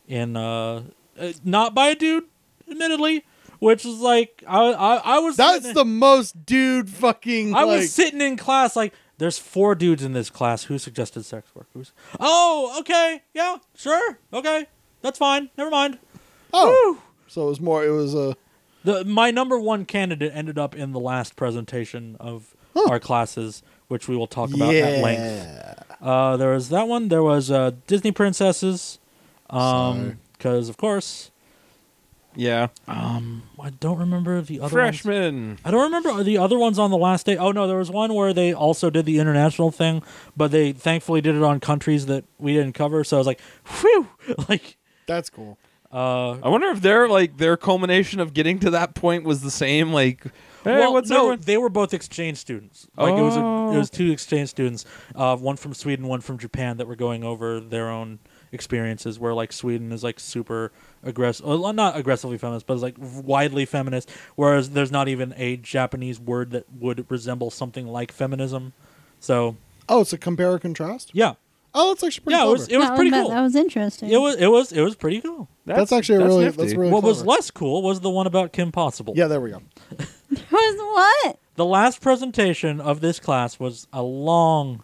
Speaker 2: in uh, uh, not by a dude admittedly which is like i i, I was
Speaker 1: That's the most dude fucking.
Speaker 2: I
Speaker 1: like,
Speaker 2: was sitting in class like there's four dudes in this class who suggested sex work. Who's Oh, okay. Yeah, sure. Okay. That's fine. Never mind.
Speaker 1: Oh, so it was more. It was a. Uh,
Speaker 2: The my number one candidate ended up in the last presentation of our classes, which we will talk about at length. Uh, there was that one. There was uh, Disney princesses, um,
Speaker 1: Sorry.
Speaker 2: because of course
Speaker 3: Yeah.
Speaker 2: I don't remember the other ones.
Speaker 3: Freshman.
Speaker 2: I don't remember the other ones on the last day. Oh no, there was one where they also did the international thing, but they thankfully did it on countries that we didn't cover. So I was like, "Whew!" Like,
Speaker 1: That's cool.
Speaker 2: uh,
Speaker 3: I wonder if their like their culmination of getting to that point was the same. Like, hey,
Speaker 2: well,
Speaker 3: what's
Speaker 2: no,
Speaker 3: everyone?
Speaker 2: they were both exchange students. Like it was, a, it
Speaker 3: Oh.
Speaker 2: was two exchange students, uh, one from Sweden, one from Japan, that were going over their own experiences. Where like Sweden is like super aggressive, well, not aggressively feminist, but is like widely feminist. Whereas there's not even a Japanese word that would resemble something like feminism. So
Speaker 1: Oh, it's a compare and contrast.
Speaker 2: yeah.
Speaker 1: Oh, that's actually pretty.
Speaker 2: yeah, it was
Speaker 1: clever.
Speaker 2: it was
Speaker 4: that
Speaker 2: pretty
Speaker 4: that-
Speaker 2: cool.
Speaker 4: That was interesting.
Speaker 2: it was it was it was pretty cool.
Speaker 1: That's actually a really- that's really-
Speaker 2: What was
Speaker 1: clever.
Speaker 2: less cool was the one about Kim Possible.
Speaker 1: yeah, there we go.
Speaker 4: It was what?
Speaker 2: The last presentation of this class was a long,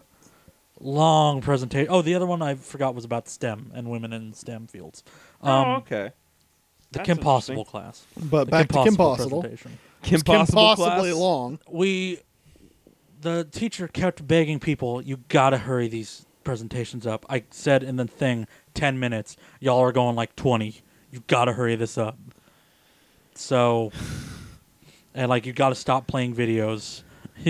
Speaker 2: long presentation. Oh, the other one I forgot was about STEM and women in STEM fields. Um,
Speaker 3: oh, okay.
Speaker 2: The
Speaker 3: That's
Speaker 2: Kim
Speaker 3: interesting.
Speaker 2: Possible class.
Speaker 1: But
Speaker 2: The
Speaker 1: back to Kim Possible.
Speaker 2: presentation.
Speaker 3: Kim
Speaker 1: Kim
Speaker 3: Possible
Speaker 1: possibly
Speaker 3: class?
Speaker 1: long.
Speaker 2: we the teacher kept begging people you gotta hurry these presentations up i said in the thing 10 minutes y'all are going like 20 you gotta hurry this up so and like you gotta stop playing videos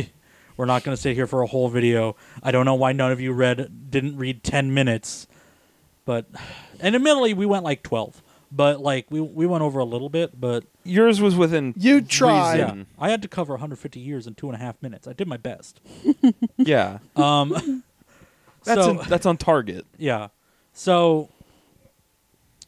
Speaker 2: we're not gonna sit here for a whole video i don't know why none of you read didn't read 10 minutes but and admittedly we went like 12 but like we we went over a little bit but
Speaker 3: Yours was within.
Speaker 1: You tried.
Speaker 2: yeah,
Speaker 3: Reason.
Speaker 2: I had to cover 150 years in two and a half minutes. I did my best.
Speaker 3: Yeah,
Speaker 2: Um,
Speaker 3: that's
Speaker 2: so
Speaker 3: in- that's on target.
Speaker 2: yeah, so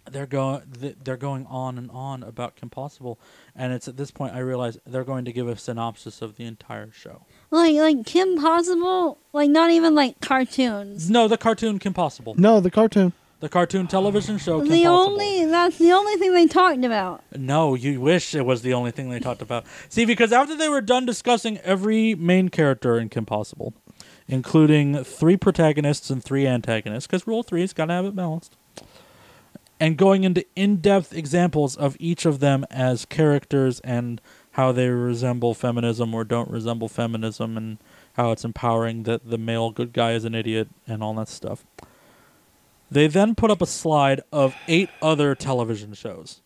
Speaker 2: they're going they're going on and on about Kim Possible, and it's at this point I realize they're going to give a synopsis of the entire show.
Speaker 4: Like like Kim Possible, like not even like cartoons.
Speaker 2: No, the cartoon Kim Possible,
Speaker 1: No, the cartoon.
Speaker 2: the cartoon television show. Kim
Speaker 4: the
Speaker 2: Possible.
Speaker 4: only that's the only thing they talked about.
Speaker 2: No, you wish it was the only thing they talked about. See, because after they were done discussing every main character in Kim Possible, including three protagonists and three antagonists, because Rule 3 has got to have it balanced, and going into in depth examples of each of them as characters and how they resemble feminism or don't resemble feminism and how it's empowering that the male good guy is an idiot and all that stuff. They then put up a slide of eight other television shows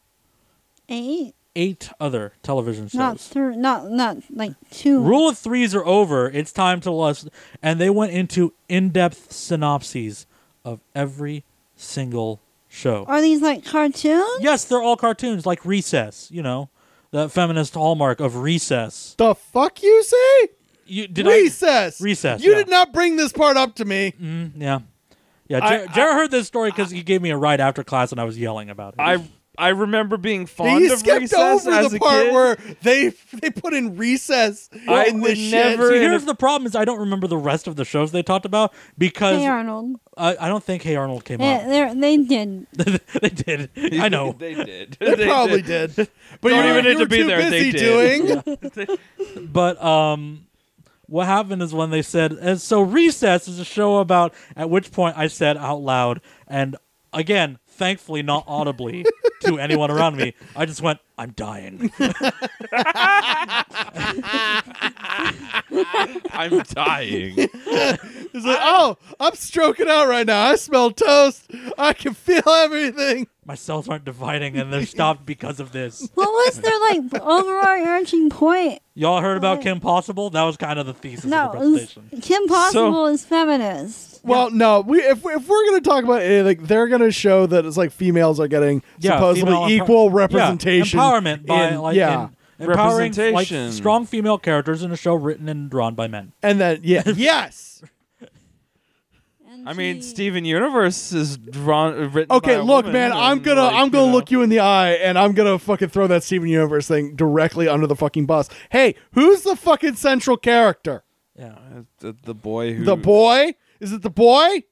Speaker 4: Eight,
Speaker 2: eight other television shows.
Speaker 4: not three, not not like two.
Speaker 2: Rule of threes are over. It's time to lust. And they went into in depth synopses of every single show.
Speaker 4: Are these like cartoons?
Speaker 2: yes, they're all cartoons, like Recess, you know, the feminist hallmark of Recess.
Speaker 1: The fuck you say?
Speaker 2: You, did I?
Speaker 1: recess.
Speaker 2: Recess,
Speaker 1: You
Speaker 2: yeah.
Speaker 1: did not bring this part up to me.
Speaker 2: Mm, yeah. Yeah,
Speaker 3: I-
Speaker 2: Jer- Jer heard this story because he gave me a ride after class and I was yelling about it.
Speaker 3: I I remember being
Speaker 1: Now,
Speaker 3: fond
Speaker 1: you
Speaker 3: of
Speaker 1: skipped
Speaker 3: recess
Speaker 1: over
Speaker 3: as
Speaker 1: the
Speaker 3: a
Speaker 1: part
Speaker 3: kid.
Speaker 1: where they they put in recess.
Speaker 3: I
Speaker 1: in
Speaker 3: would
Speaker 1: this shit.
Speaker 3: never-
Speaker 2: See,
Speaker 3: in
Speaker 2: here's
Speaker 3: a-
Speaker 2: the problem is I don't remember the rest of the shows they talked about because
Speaker 4: Hey Arnold, Eh,
Speaker 2: uh, I don't think Hey Arnold came
Speaker 4: they, they're- they did.
Speaker 2: up. they did. I know.
Speaker 3: they did.
Speaker 1: They, probably did. But
Speaker 3: Don't
Speaker 1: you
Speaker 3: even
Speaker 1: were-
Speaker 3: need
Speaker 1: you
Speaker 3: to
Speaker 1: were
Speaker 3: be
Speaker 1: too
Speaker 3: there, they
Speaker 1: busy
Speaker 3: did.
Speaker 1: doing.
Speaker 2: But um, what happened is when they said, and so Recess is a show about, at which point I said out loud, and again, thankfully not audibly to anyone around me, I just went, I'm dying.
Speaker 3: I'm dying.
Speaker 1: It's like, oh, I'm stroking out right now. I smell toast. I can feel everything.
Speaker 2: My cells aren't dividing and they're stopped because of this.
Speaker 4: What was their like overarching point?
Speaker 2: Y'all heard about Kim Possible? That was kind of the thesis
Speaker 4: No,
Speaker 2: of the
Speaker 4: it was-
Speaker 2: presentation.
Speaker 4: Kim Possible is feminist.
Speaker 1: Well, no, we if, we- if we're gonna talk about it, like they're gonna show that it's like females are getting
Speaker 2: Yeah,
Speaker 1: supposedly
Speaker 2: female empo-
Speaker 1: equal
Speaker 2: yeah,
Speaker 1: representation,
Speaker 2: empowerment by
Speaker 1: in-
Speaker 2: like
Speaker 1: yeah,
Speaker 2: in- empowering like
Speaker 3: Representation.
Speaker 2: strong female characters in a show written and drawn by men.
Speaker 1: and then yeah, yes.
Speaker 4: And
Speaker 3: I mean,
Speaker 4: she-
Speaker 3: Steven Universe is drawn, written.
Speaker 1: Okay,
Speaker 3: by a
Speaker 1: look,
Speaker 3: woman,
Speaker 1: man,
Speaker 3: and,
Speaker 1: I'm gonna
Speaker 3: like,
Speaker 1: I'm gonna
Speaker 3: you
Speaker 1: look you in the eye and I'm gonna fucking throw that Steven Universe thing directly under the fucking bus. Hey, who's the fucking central character?
Speaker 2: Yeah.
Speaker 3: know, The, the boy who
Speaker 1: The boy? Is it the boy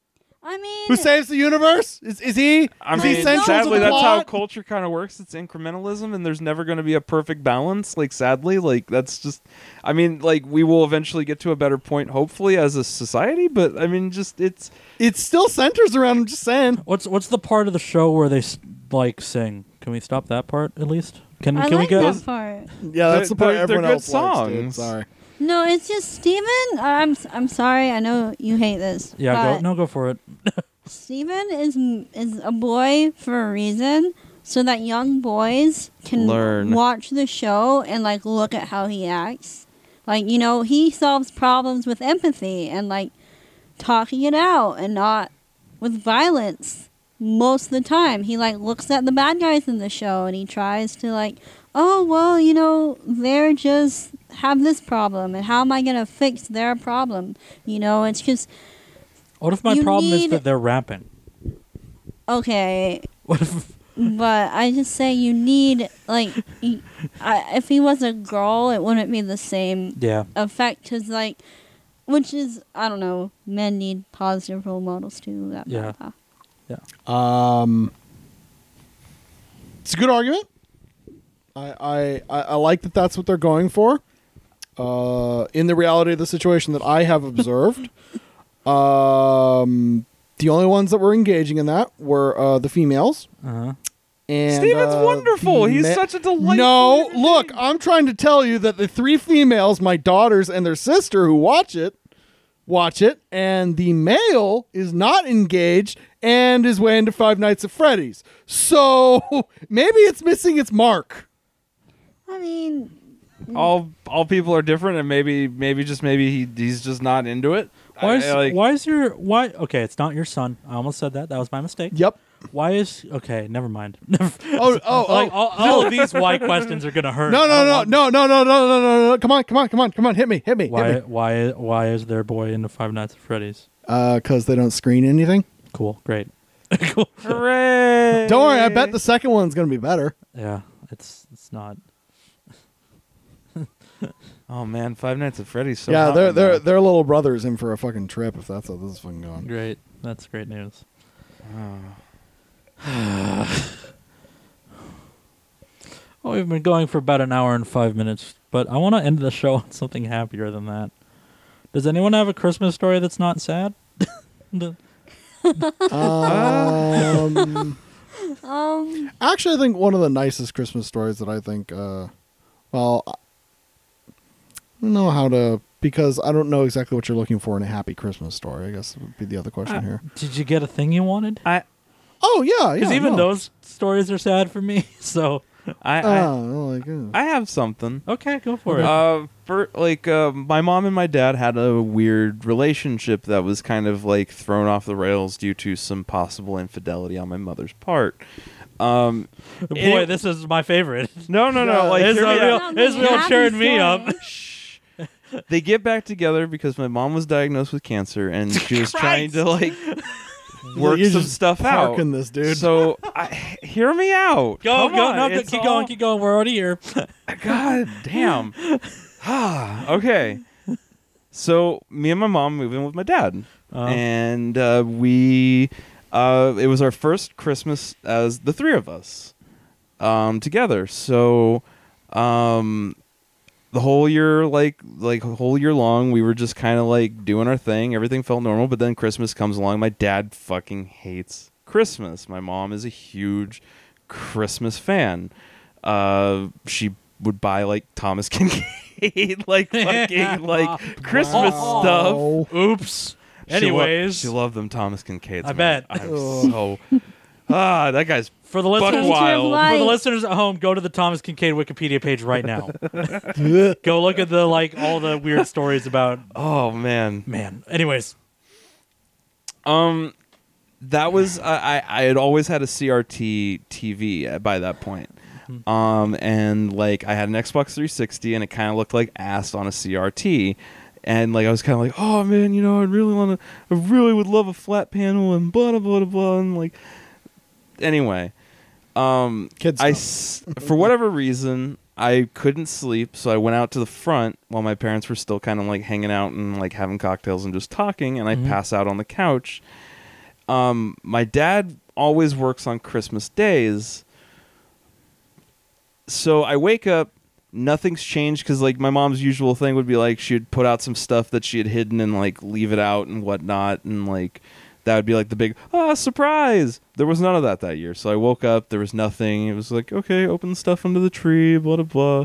Speaker 4: I mean,
Speaker 1: who saves the universe? Is is he?
Speaker 3: I
Speaker 1: is
Speaker 3: mean,
Speaker 1: he central
Speaker 3: sadly,
Speaker 1: to the
Speaker 3: that's how
Speaker 1: plot?
Speaker 3: culture kind of works. It's incrementalism, and there's never going to be a perfect balance. Like, sadly, like that's just. I mean, like we will eventually get to a better point, hopefully, as a society. But I mean, just it's
Speaker 1: it still centers around. I'm just saying.
Speaker 2: What's what's the part of the show where they s- like sing? Can we stop that part at least? Can
Speaker 4: I
Speaker 2: can
Speaker 4: like
Speaker 2: we get?
Speaker 4: that part.
Speaker 1: Yeah, that's
Speaker 3: They're-
Speaker 1: the part
Speaker 3: they're- they're
Speaker 1: everyone
Speaker 3: good
Speaker 1: else likes. dude.
Speaker 3: songs.
Speaker 1: Sorry.
Speaker 4: No, it's just Steven. I'm I'm sorry. I know you hate this.
Speaker 2: Yeah, go
Speaker 4: but
Speaker 2: no, go for it.
Speaker 4: Steven is is a boy for a reason, so that young boys can
Speaker 3: Learn.
Speaker 4: watch the show and like look at how he acts. Like you know, he solves problems with empathy and like talking it out and not with violence most of the time. He like looks at the bad guys in the show and he tries to like, oh well, you know, they're just have this problem and how am I gonna fix their problem? You know, it's just
Speaker 2: What if my
Speaker 4: You
Speaker 2: problem is
Speaker 4: need-
Speaker 2: that they're rapping?
Speaker 4: okay.
Speaker 2: What if
Speaker 4: But I just say you need like, y- I, if he was a girl, it wouldn't be the same
Speaker 2: yeah?
Speaker 4: effect. Cause like, which is I don't know, men need positive role models too. That
Speaker 2: Yeah.
Speaker 4: yeah.
Speaker 1: Um, it's a good argument. I, I I I like that. That's what they're going for. Uh, in the reality of the situation that I have observed, um, the only ones that were engaging in that were uh, the females.
Speaker 2: Uh-huh.
Speaker 5: And
Speaker 3: Steven's
Speaker 5: uh,
Speaker 3: wonderful. He's
Speaker 5: ma-
Speaker 3: such a delightful.
Speaker 1: No,
Speaker 3: human being.
Speaker 1: look, I'm trying to tell you that the three females, my daughters and their sister who watch it, watch it, and the male is not engaged and is way into Five Nights at Freddy's. So maybe it's missing its mark.
Speaker 4: I mean,
Speaker 1: Mm.
Speaker 3: all all people are different, and maybe maybe just maybe he he's just not into it.
Speaker 2: Why
Speaker 3: I-
Speaker 2: is
Speaker 3: I, like-
Speaker 2: why is your why? Okay, it's not your son. I almost said that. That was my mistake.
Speaker 1: Yep.
Speaker 2: Why is okay? Never mind. oh,
Speaker 1: Oh, oh,
Speaker 2: like,
Speaker 1: oh.
Speaker 2: all, all of these why questions are gonna hurt.
Speaker 1: No,
Speaker 2: I
Speaker 1: no,
Speaker 2: don't
Speaker 1: no,
Speaker 2: want-
Speaker 1: no, no, no, no, no, no, no. Come on, come on, come on, come on. Hit me, hit me, hit
Speaker 2: Why
Speaker 1: me.
Speaker 2: why why is their boy into Five Nights at Freddy's?
Speaker 1: Because Uh, they don't screen anything.
Speaker 2: Cool, great, cool.
Speaker 3: Hooray!
Speaker 1: Don't worry, I bet the second one's going to be better.
Speaker 2: Yeah, it's it's not.
Speaker 3: Oh man, Five Nights at Freddy's. So
Speaker 1: yeah,
Speaker 3: hot
Speaker 1: their
Speaker 3: right
Speaker 1: their
Speaker 3: now.
Speaker 1: their little brother is in for a fucking trip if that's how this is fucking going.
Speaker 2: Great, that's great news. well, we've been going for about an hour and five minutes, but I want to end the show on something happier than that. Does anyone have a Christmas story that's not sad? The-
Speaker 1: Um,
Speaker 4: um,
Speaker 1: actually, I think one of the nicest Christmas stories that I think, uh, well, I don't know how to because I don't know exactly what you're looking for in a happy Christmas story. I guess would be the other
Speaker 3: Uh,
Speaker 1: question here.
Speaker 2: Did you get a thing you wanted?
Speaker 3: I
Speaker 1: Oh yeah,
Speaker 2: Because
Speaker 1: yeah,
Speaker 2: even
Speaker 1: no.
Speaker 2: those stories are sad for me. So
Speaker 3: I, I,
Speaker 1: Oh, like, yeah.
Speaker 3: I have something.
Speaker 2: okay, go for it.
Speaker 3: Uh, for like, uh, my mom and my dad had a weird relationship that was kind of like thrown off the rails due to some possible infidelity on my mother's part. Um,
Speaker 2: Boy,
Speaker 3: it-
Speaker 2: this is my favorite.
Speaker 3: no, no, no.
Speaker 1: Yeah,
Speaker 3: Like,
Speaker 2: This
Speaker 3: hear me out.
Speaker 2: Israel,
Speaker 4: out.
Speaker 2: Israel
Speaker 4: Happy
Speaker 2: cheered me
Speaker 4: story.
Speaker 2: up.
Speaker 3: they get back together because my mom was diagnosed with cancer and she was trying to like work
Speaker 1: You're
Speaker 3: some
Speaker 1: just
Speaker 3: stuff out.
Speaker 1: parking this, dude.
Speaker 3: So I, hear me out.
Speaker 2: Go,
Speaker 3: Come
Speaker 2: go,
Speaker 3: on,
Speaker 2: no, go-
Speaker 3: it's
Speaker 2: keep
Speaker 3: all-
Speaker 2: going, keep going. We're already here.
Speaker 3: God damn. Ah, okay. So me and my mom moved in with my dad,
Speaker 2: Oh.
Speaker 3: and uh, we uh, it was our first Christmas as the three of us um, together. So um, the whole year, like like whole year long, we were just kind of like doing our thing. Everything felt normal, but then Christmas comes along. My dad fucking hates Christmas. My mom is a huge Christmas fan. Uh, she would buy like Thomas Kincaid, like fucking like Christmas
Speaker 2: Wow.
Speaker 3: stuff.
Speaker 1: Oh.
Speaker 2: Oops.
Speaker 3: She lo-
Speaker 2: Anyways,
Speaker 3: she loved them Thomas Kincaids.
Speaker 2: I
Speaker 3: man.
Speaker 2: bet.
Speaker 3: I'm so ah, that guy's
Speaker 2: for the
Speaker 3: fuck
Speaker 2: listeners,
Speaker 4: Fucking
Speaker 3: wild.
Speaker 4: terrible.
Speaker 2: for the
Speaker 4: Right.
Speaker 2: listeners at home, go to the Thomas Kincaid Wikipedia page right now. go look at the like all the weird stories about
Speaker 3: Oh man,
Speaker 2: man. Anyways,
Speaker 3: Um, that was I. I I had always had a CRT TV by that point. Um, and like I had an Xbox 360, and it kind of looked like ass on a CRT. And like I was kind of like, oh man, you know, I really want to, I really would love a flat panel and blah blah blah blah. And like, anyway, um,
Speaker 1: Kids
Speaker 3: I
Speaker 1: stuff.
Speaker 3: s- for whatever reason I couldn't sleep, so I went out to the front while my parents were still kind of like hanging out and like having cocktails and just talking, and I pass out on the couch. Um, my dad always works on Christmas days, so I wake up. Nothing's changed because like my mom's usual thing would be like she'd put out some stuff that she had hidden and like leave it out and whatnot, and like that would be like the big ah surprise. There was none of that that year, so I woke up. There was nothing. It was like okay, open stuff under the tree, blah blah blah,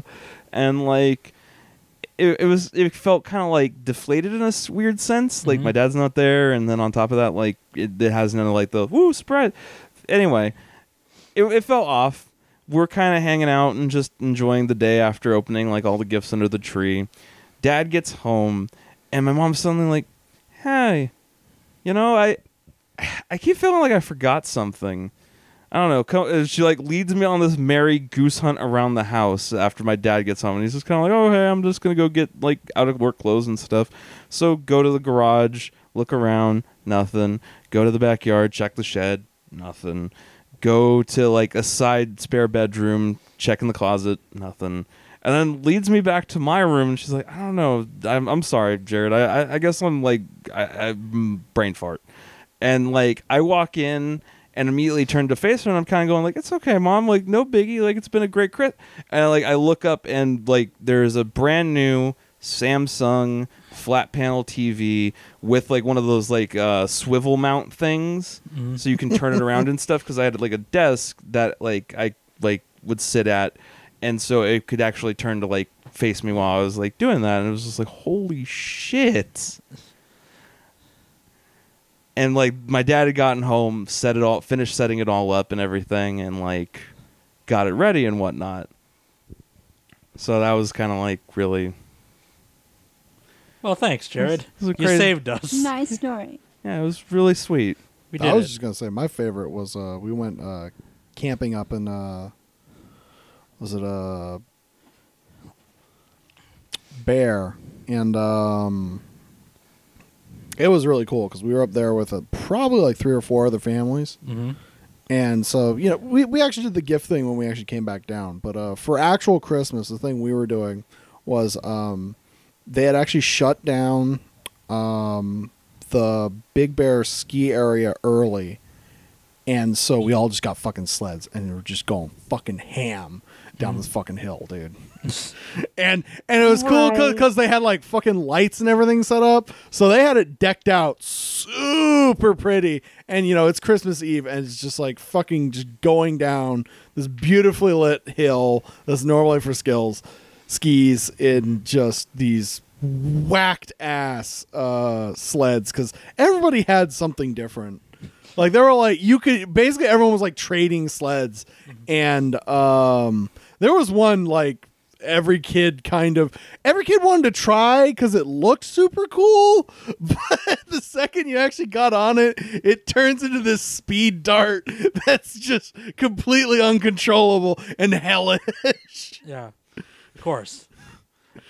Speaker 3: and like it, it was it felt kind of like deflated in a s- weird sense. Like my dad's not there, and then on top of that, like it, it has none of like the woo surprise. Anyway, it, it felt off. We're kind of hanging out and just enjoying the day after opening like all the gifts under the tree. Dad gets home, and my mom's suddenly like, "Hey, you know, I I keep feeling like I forgot something." I don't know. co- uh, She like leads me on this merry goose hunt around the house after my dad gets home, and he's just kind of like, "Oh, hey, I'm just gonna go get like out of work clothes and stuff." So go to the garage, look around, nothing. Go to the backyard, check the shed, nothing. Go to like a side spare bedroom, check in the closet, nothing. And then leads me back to my room, and she's like, "I don't know. I'm, I'm sorry, Jared. I, I I guess I'm like I, I mm, brain fart." and like I walk in and immediately turn to face her and I'm kind of going like it's okay mom like no biggie like it's been a great crit and like I look up and like there's a brand new Samsung flat panel TV with like one of those like uh, swivel mount things, so you can turn it around and stuff. Because I had like a desk that like I like would sit at, and so it could actually turn to like face me while I was like doing that, and it was just like holy shit. And like my dad had gotten home, set it all, finished setting it all up and everything, and like got it ready and whatnot. So that was kind of like really
Speaker 2: Well, thanks, Jared.
Speaker 3: This is a
Speaker 2: You
Speaker 3: crazy-
Speaker 2: saved us.
Speaker 4: Nice story.
Speaker 3: Yeah, it was really sweet.
Speaker 2: We did
Speaker 1: I was
Speaker 2: it.
Speaker 1: just gonna say my favorite was uh, we went uh, camping up in uh, was it uh, Bear and um, it was really cool because we were up there with uh, probably like three or four other families.
Speaker 2: Mhm.
Speaker 1: And so, you know, we, we actually did the gift thing when we actually came back down. But uh, for actual Christmas, the thing we were doing was um, they had actually shut down um, the Big Bear ski area early. And so we all just got fucking sleds and we were just going fucking ham down this fucking hill, dude.
Speaker 2: Mm-hmm.
Speaker 1: and and it was cool because they had like fucking lights and everything set up. So they had it decked out super pretty. And you know, it's Christmas Eve and it's just like fucking just going down this beautifully lit hill that's normally for skills skis in just these whacked ass uh sleds because everybody had something different like there were like you could basically everyone was like trading sleds and um there was one like every kid kind of every kid wanted to try because it looked super cool but the second you actually got on it it turns into this speed dart that's just completely uncontrollable and hellish
Speaker 2: Yeah, of course.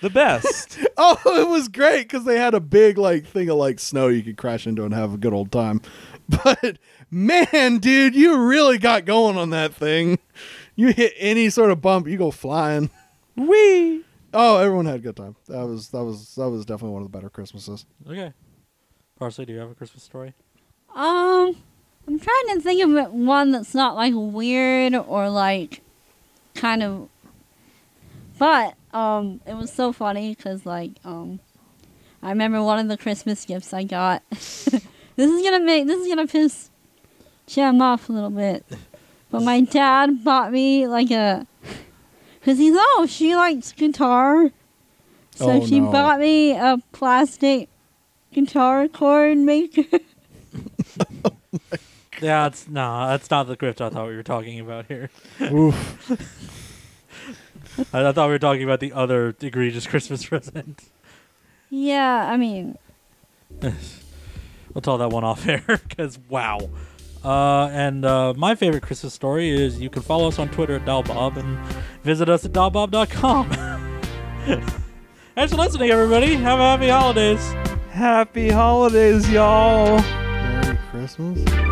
Speaker 3: The best.
Speaker 1: Oh, it was great because they had a big like thing of like snow you could crash into and have a good old time. But man, dude, you really got going on that thing. You hit any sort of bump, you go flying.
Speaker 3: Wee.
Speaker 1: Oh, everyone had a good time. That was that was that was definitely one of the better Christmases.
Speaker 2: Okay. Parsley, do you have a Christmas story?
Speaker 4: Um, I'm trying to think of one that's not like weird or like kind of. But um, it was so funny because like um, I remember one of the Christmas gifts I got. this is gonna make this is gonna piss Jim off a little bit, but my dad bought me like a, cause he's oh she likes guitar, so
Speaker 1: Oh,
Speaker 4: she
Speaker 1: no.
Speaker 4: bought me a plastic guitar chord maker.
Speaker 2: Yeah, it's nah, that's not the grift I thought we were talking about here.
Speaker 1: Oof.
Speaker 2: I, I thought we were talking about the other egregious Christmas present.
Speaker 4: Yeah, I mean,
Speaker 2: We'll tell that one off air because wow. Uh, and uh, my favorite Christmas story is you can follow us on Twitter at DalBob and visit us at DalBob.com. Thanks for listening, everybody. Have a happy holidays.
Speaker 3: Happy holidays, y'all.
Speaker 1: Merry Christmas.